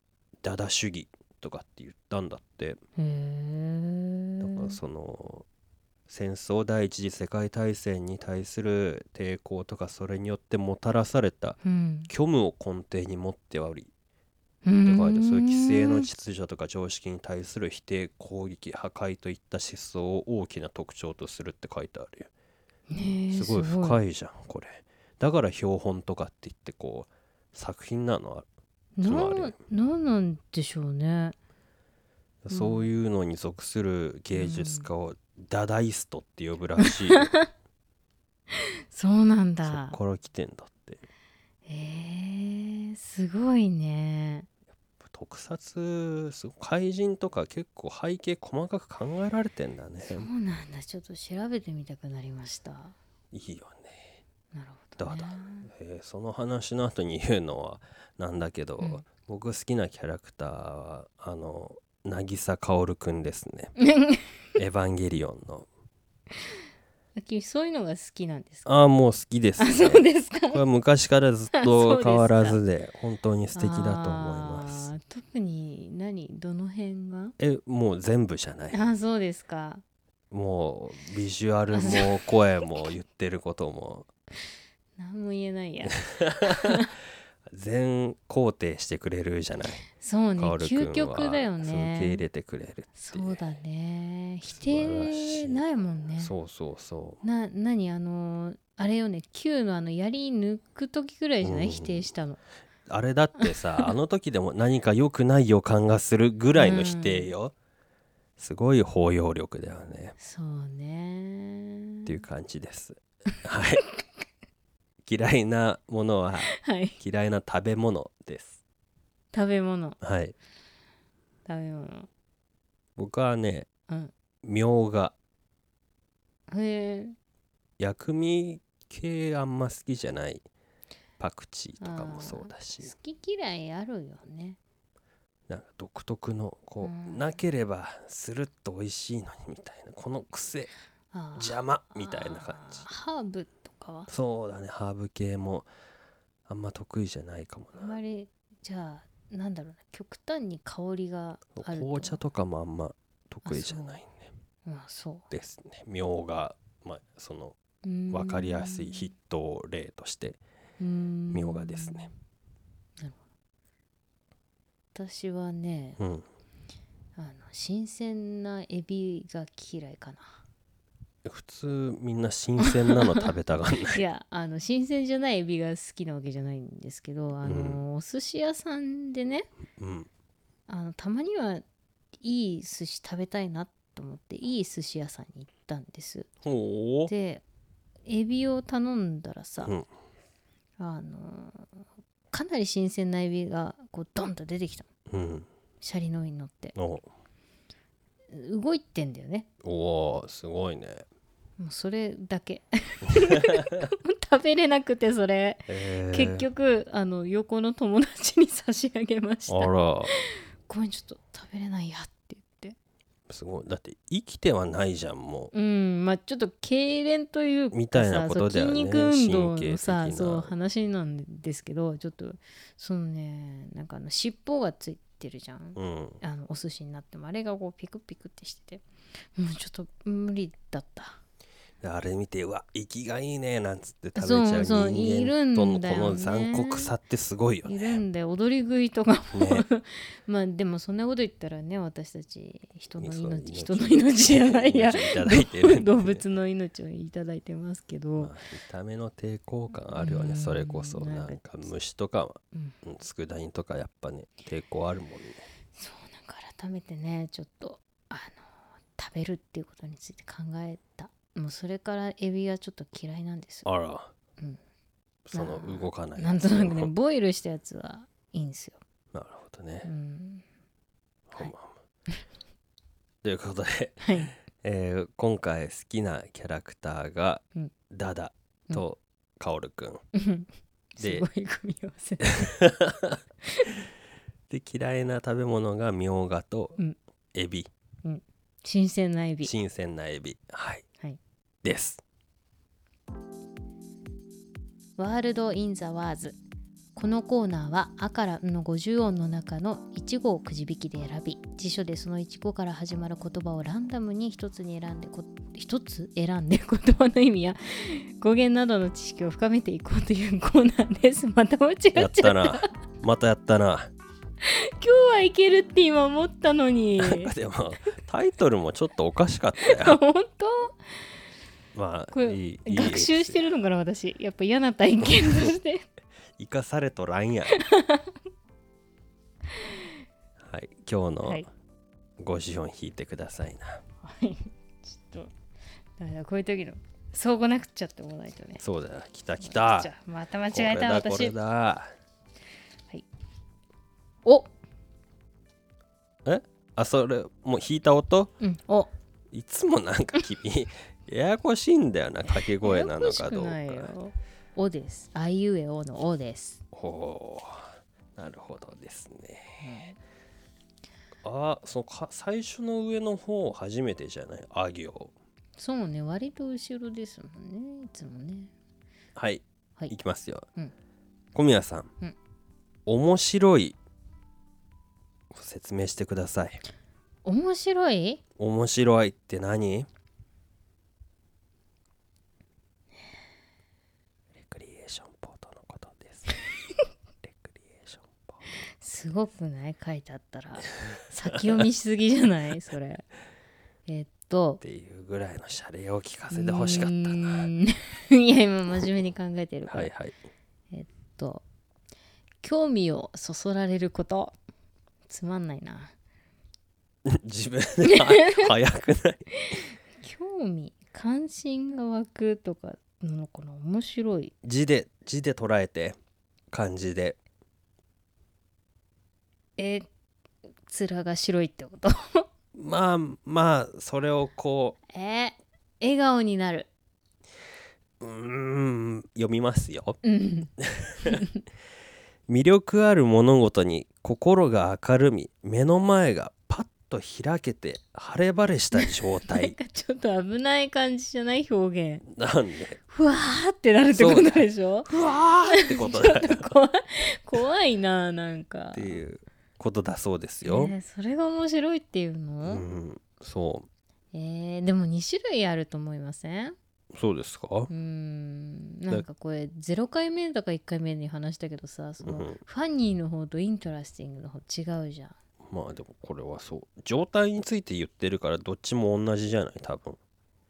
ダダ主義とかって言ったんだって
へえ
だからその戦争第一次世界大戦に対する抵抗とかそれによってもたらされた
うん
虚無を根底に持っており
う
って
ん
書いてあるそういう規制の秩序とか常識に対する否定攻撃破壊といった思想を大きな特徴とするって書いてあるよ。
ねえ
すごい
すごい
深いじゃんこれだから標本とかって言ってこう作品なのつまり
なんなんなんでしょうねん
そういうのに属する芸術家をダダイストって呼ぶらしい よ、
そうなん
そ
だ
っから来てんだって
えー、すごいね
特撮すごい怪人とか結構背景細かく考えられてんだね
そうなんだちょっと調べてみたくなりましたない
いよね、
るほど、ね、
どうえーその話の後に言うのはなんだけど、
うん
僕好きなキャラクターはあの渚薫くんですね エヴァンゲリオンの
あきそういうのが好きなん ですか
ああもう好きです
あ
ね
そうですか
これは昔からずっ
そう
と
ですか
変わらずで本当に素敵だと思います
あー特に何どの辺が
えもう全部じゃない
あそうですか
もうビジュアルも声も言ってることも
何も言えないや
全肯定してくれるじゃない
そうね
カオル君
究
は
極だよ
そう受け入
ね
れてくれるっていう
そうだね否
素晴らし
定
い
ないもんね
そうそうそ
な何あのーあれよね Q のあの槍抜く時ぐらいじゃない、
うん
否定したの
うあれだって さあの時でも何か良くない予感がするぐらいの否定よ、すごい包容力だよね
そうね
っていう感じですはい嫌いなものは
はい
嫌いな食べ物です。
食べ物食
はい。
べ物
僕はね、
うん
みょうが、
へえ
薬味系あんま好きじゃない。パクチーとかもそうだし
好、き嫌いあるよね
なんか独特のこう、
うん
なければスルッと美味しいのにみたいな、この癖
あー
邪魔みたいな感じ
あ。ーハーブとかは
そうだね、ハーブ系もあんま得意じゃないかも
あんま
な。
りじゃあなんだろうな極端に香りがあると
紅茶とかもあんま得意じゃないね。
うんそ
ですね。みょうが、まあその
うう
分かりやすい筆頭例としてみ
み
ょうがですね。
私はね
うん。
あの新鮮なエビが嫌いかな
普通みんな新鮮なの食べたが んない
いやあの新鮮じゃないエビが好きなわけじゃないんですけどあの、お寿司屋さんでね
うん
あのたまにはいい寿司食べたいなと思っていい寿司屋さんに行ったんです
ほう
でエビを頼んだらさ、
うん
あのかなり新鮮なエビがこうドンと出てきたの
うん
シャリの上に乗って
お
動いてんだよね
おーすごいね
もうそれだ け食べれなくてそれ
えー
結局あの横の友達に差し上げました
あら
ごめんちょっと食べれないやって言って
すごいだって生きてはないじゃんも
うんまあちょっと痙攣というかさ
みたいなことだよね
そう筋肉運動のさ
神経的な
そう話なんですけどちょっとそのねなんかあの尻尾がついってるじゃん、
うん
あのお寿司になってもあれがこうピクピクってしててもうちょっと無理だった
であれ見てうわ息がいいねなんつって食べちゃう
そうそういる
人間
んだ
と
よ
の
ね
この残酷さってすごいよ
い
ね
るんで踊り食いとかも、
ね
まあでもそんなこと言ったらね私たち人の
そう
命人の命じゃないや
命をいただいてるんで
動物の命をいただいてますけど、
まあ見た目の抵抗感あるよね
うん
それこそな
なんか
んか虫とかは
うん
うん佃煮とかやっぱね抵抗あるもんね
そうなんか改めてねちょっとあの食べるっていうことについて考えたもうそれからエビはちょっと嫌いなんですよ
あら
うん
その動かない
なんとなくね
なる
ボイルしたやつはいいんですよ、
ほどね
うん、
ほんま ということで
はい
えー今回好きなキャラクターが
うん
ダダとカオルくん
うん す
で
ごい組み合わせ
で嫌いな食べ物がみょうがと
うん
エビ
新鮮なエビ
新鮮なエビはい
はい
です
ワールド・イン・ザ・ワーズこのコーナーは「あ」から「ん」の50音の中の1語をくじ引きで選び辞書でその1語から始まる言葉をランダムに1つに選んでこ1つ選んで言葉の意味や語源などの知識を深めていこうというコーナーですまた間違っちゃ
や
っ
ったた
今
なまたやったな
日はいけるって今思った のに
でもタイトルもちょっとおかしかったよ
本当
ま
こ
あ
れ
いいいい
学習してるのかな私やっぱ嫌な体験として
生かされとらん やはい今日
は
の
い
ご資本引いてくださいな、
はいちょっとだからこういう時のそうこなくっちゃって思わないとね
そうだよ来た来た
じゃあまた間違えた
これ
私
だ
お
これだえあそれもう引いた音
うんお
いつもなんか君 ややこしいんだよな掛け声なのかどう
ややこしく
か
ないよおですあいうえおのおです
ほうなるほどですね、あそのか最初の上の方初めてじゃないあ行
そうね割と後ろですもんねいつもね
はい、
はい
いきますよ、
うん
小宮さん、
うん
面白い説明してください
面白い
面白いって何レクリエーションポートのことです レクリエーションポート
すごくない書いてあった ら先読みしすぎじゃないそれえっと
っていうぐらいのシャレを聞かせてほしかった
う
な
ーん いや今真面目に考えてるから、
はいはい
と興味をそそられることつまんないな
自分では早くない
興味関心が湧くとかなのかな面白い
字で字で捉えて漢字で
え面が白いってこと
まあまあそれをこ
え笑顔になる
ううーん読みますよ
うん
魅力ある物事に心が明るみ目の前がパッと開けて晴れ晴れした状
なん
態
かちょっと危ない感じじゃない表現
なんで
ふわーってなるってことでしょ
うわー ってことだよ
怖い怖いななんか
っていうことだそうですよ、
えーそれが面白いっていう
う
の、
んそ
えーでも2種類あると思いません
うそうですか
うーんなんかこれ0回目だか1回目に話したけどさその、
うん
ファニーの方とイントラスティングの方違うじゃん
まあでもこれはそう状態について言ってるからどっちも同じじゃない多分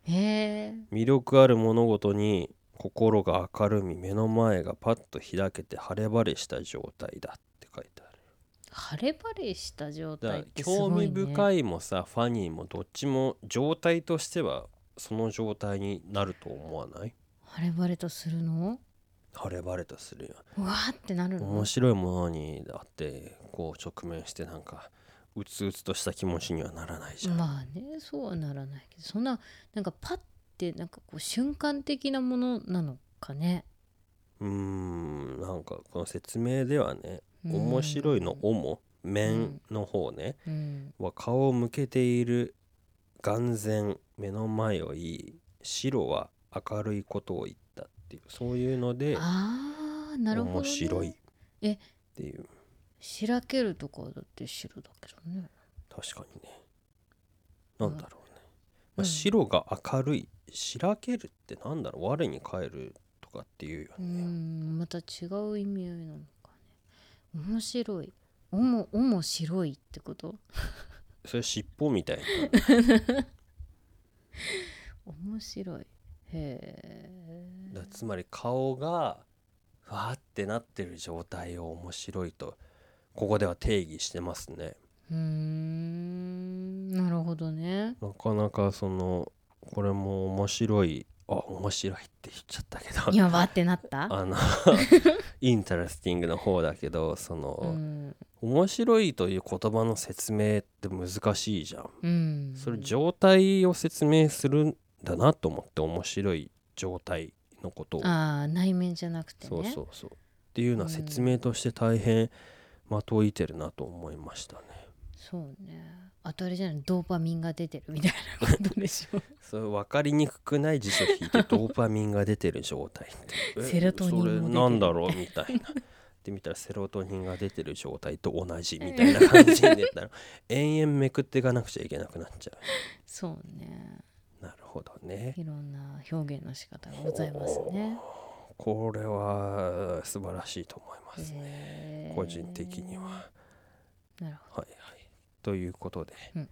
へえ
魅力ある物事に心が明るみ目の前がパッと開けて晴れ晴れした状態だって書いてある
晴れ晴れした状
だか
態っ
ら
てす
興
ごい、
味
ね、
深いもさファニーもどっちも状態としてはその状態になると思わない
晴れ晴れとするの
晴れ晴れとするよ
うわーってなるの
面白いものにだってこう直面してなんかうつうつとした気持ちにはならないじゃん、
まあねそうはならないけどそんななんかパッてなんかこう瞬間的なものなのかね
うーんなんかこの説明ではね面白いの「
お
お」も「面」の方ね
うん
は顔を向けている眼前目の前をいい白は明るいことを言ったっていうそういうので
あーなるほど、ね、
面白いっ
え
ていう
しらけるとかだって白だけどね
確かにねなんだろうね、
う
まあ、
ん
白が明るいしらけるってなんだろう我に返るとかっていうよ
うー
ね、
んまた違う意味合いなのかね面白いおもおも白いってこと
それ尻尾みたい
面白いへえ
なだつまり顔がふわってなってる状態を面白いとここでは定義してますね
うーんなるほどね
なかなかそのこれも面白いあ面白いって言っちゃったけど
いやわってなった
あのインタレスティングの方だけどその、
うん
面白いという言葉の説明って難しいじゃん。
うん
それ状態を説明するんだなと思って面白い状態のことを、
ああ内面じゃなくてね
そうそうそうっていうのは説明として大変まといてるなと思いましたね。
そうねあとあれじゃないドーパミンが出てるみたいなこと でしょ
それ分かりにくくない辞書引いてドーパミンが出てる状態って
セロトニンも出てる
それなんだろうみたいな。で見たらセロトニンが出てる状態と同じみたいな感じになった ら延々めくっていかなくちゃいけなくなっちゃ
そうね
う。なるほどね。
いろんな表現の仕方がございますね
これは素晴らしいと思いますね。
へー
個人的には。
なるほ
はいはい。ということで、
うん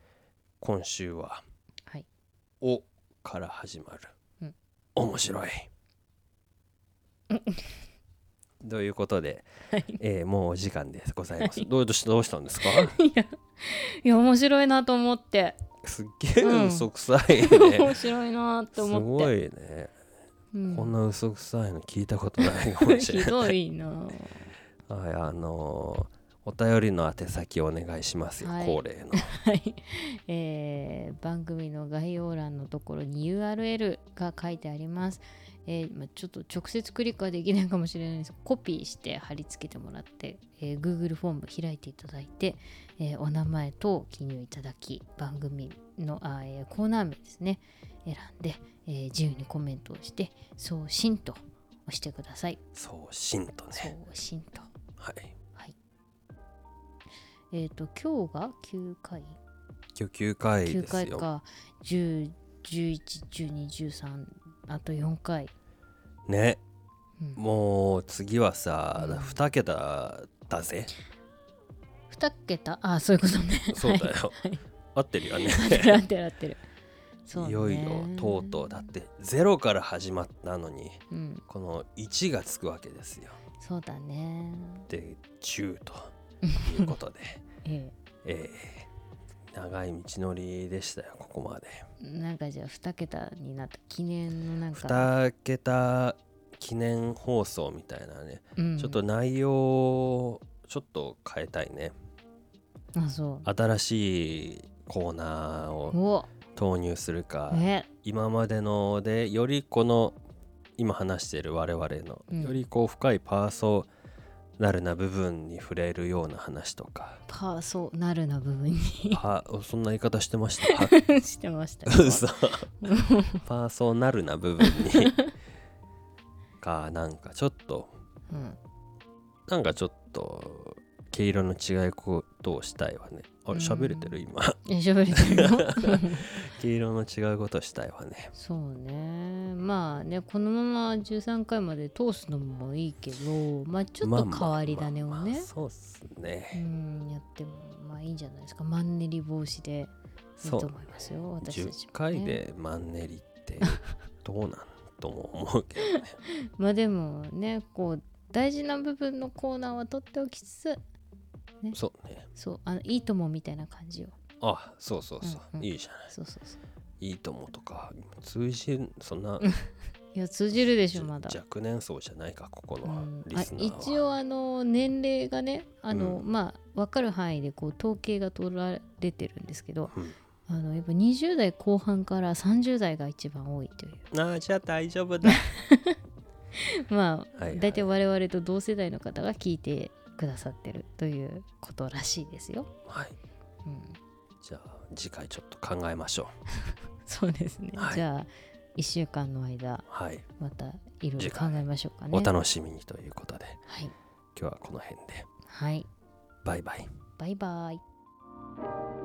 今週は
どはい
「お」から始まる「
うん
面白い」 ということで、
はい
えーもうお時間でございます。どうどうしどうしたん ですか
いや面白いなと思って
すっげえ
うん
嘘くさいね。
面白いな
す
と思っ
ご
て
いね。
うん
こんな嘘くさいの聞いたことないかもしれ
ひ
ない。
どいな
はい、あのーお便りの宛先お願いしますよ、
はい
恒例の。
はい、えー番組の概要欄のところに URL が書いてあります。えーまあちょっと直接クリックはできないかもしれないですコピーして貼り付けてもらって、えー Google フォーム開いていただいて、えーお名前と記入いただき番組のあー、えーコーナー名ですね選んで、えー自由にコメントをして送信と押してください。
そう、しんと
送
ね。
信と。
はい。
えっ、と今日が9回
今日9回
9
です
回
よ。
か10111213あと4回、
ね、
うん、
もう次はさ、
うん
2桁だぜ。
2桁あそういうことね
そうだよ。
はい
合ってるよね。
合ってる合ってる合ってる そうね
いよいよとうとうだって0から始まったのに
うん
この1がつくわけですよ。
そうだね
で10ということ で、
え
えー長い道のりでしたよここまで。
えなんかじゃあ2桁になった記念のなんか、
2桁記念放送みたいなね、
うん
ちょっと内容をちょっと変えたいね
あそう
新しいコーナーを
お
投入するか
え
今までのでよりこの今話している我々の、
うん
よりこう深いパーソナルな部分に触れるような話と か
パーソナルな部分に
パそんな言い方してました
してましたけど
嘘パーソナルな部分にかなんかちょっと
うん
なんかちょっと毛色の違いことをしたいわね。あ
うん
れ喋れてる今。
え喋れてるの
毛色の違うことしたいわね。
そうねまあねこのまま13回まで通すのもいいけどまあちょっと変わり種を
まあまあまあ
ね
そうっす
う
ね。
んやってもまあいいんじゃないですかマンネリ防止でいいと
そう。
思いますよ私た
10
ちも、ね、
回でマンネリってどうなんとも思うけど ね。
まあでもねこう大事な部分のコーナーは取っておきつつ
そうね。
そうあのいいともみたいな感じを
あそうそうそう。
うんうん
いいじゃない。
そうそうそう
いいともとか通じるそんな、
いや通じるでしょまだ
若年層じゃないかここ
う
の
ん
リ
あ
スナーは。
一応あの年齢がねあの、
う
まあ分かる範囲でこう統計が取られてるんですけど、
うん
あのやっぱ20代後半から30代が一番多いという
あじゃあ大丈 夫だ。
まあ、
はいはい
大体我々と同世代の方が聞いてくださってるということらしいですよ。
はい。
うん、
じゃあ次回ちょっと考えましょう。
そうですね、
はい
じゃあ1週間の間
はい。
またいろいろ
次
考
回
えましょうかね。
お楽しみにということで
はい、
今日はこの辺で
はい
バイバイ。
バイバイ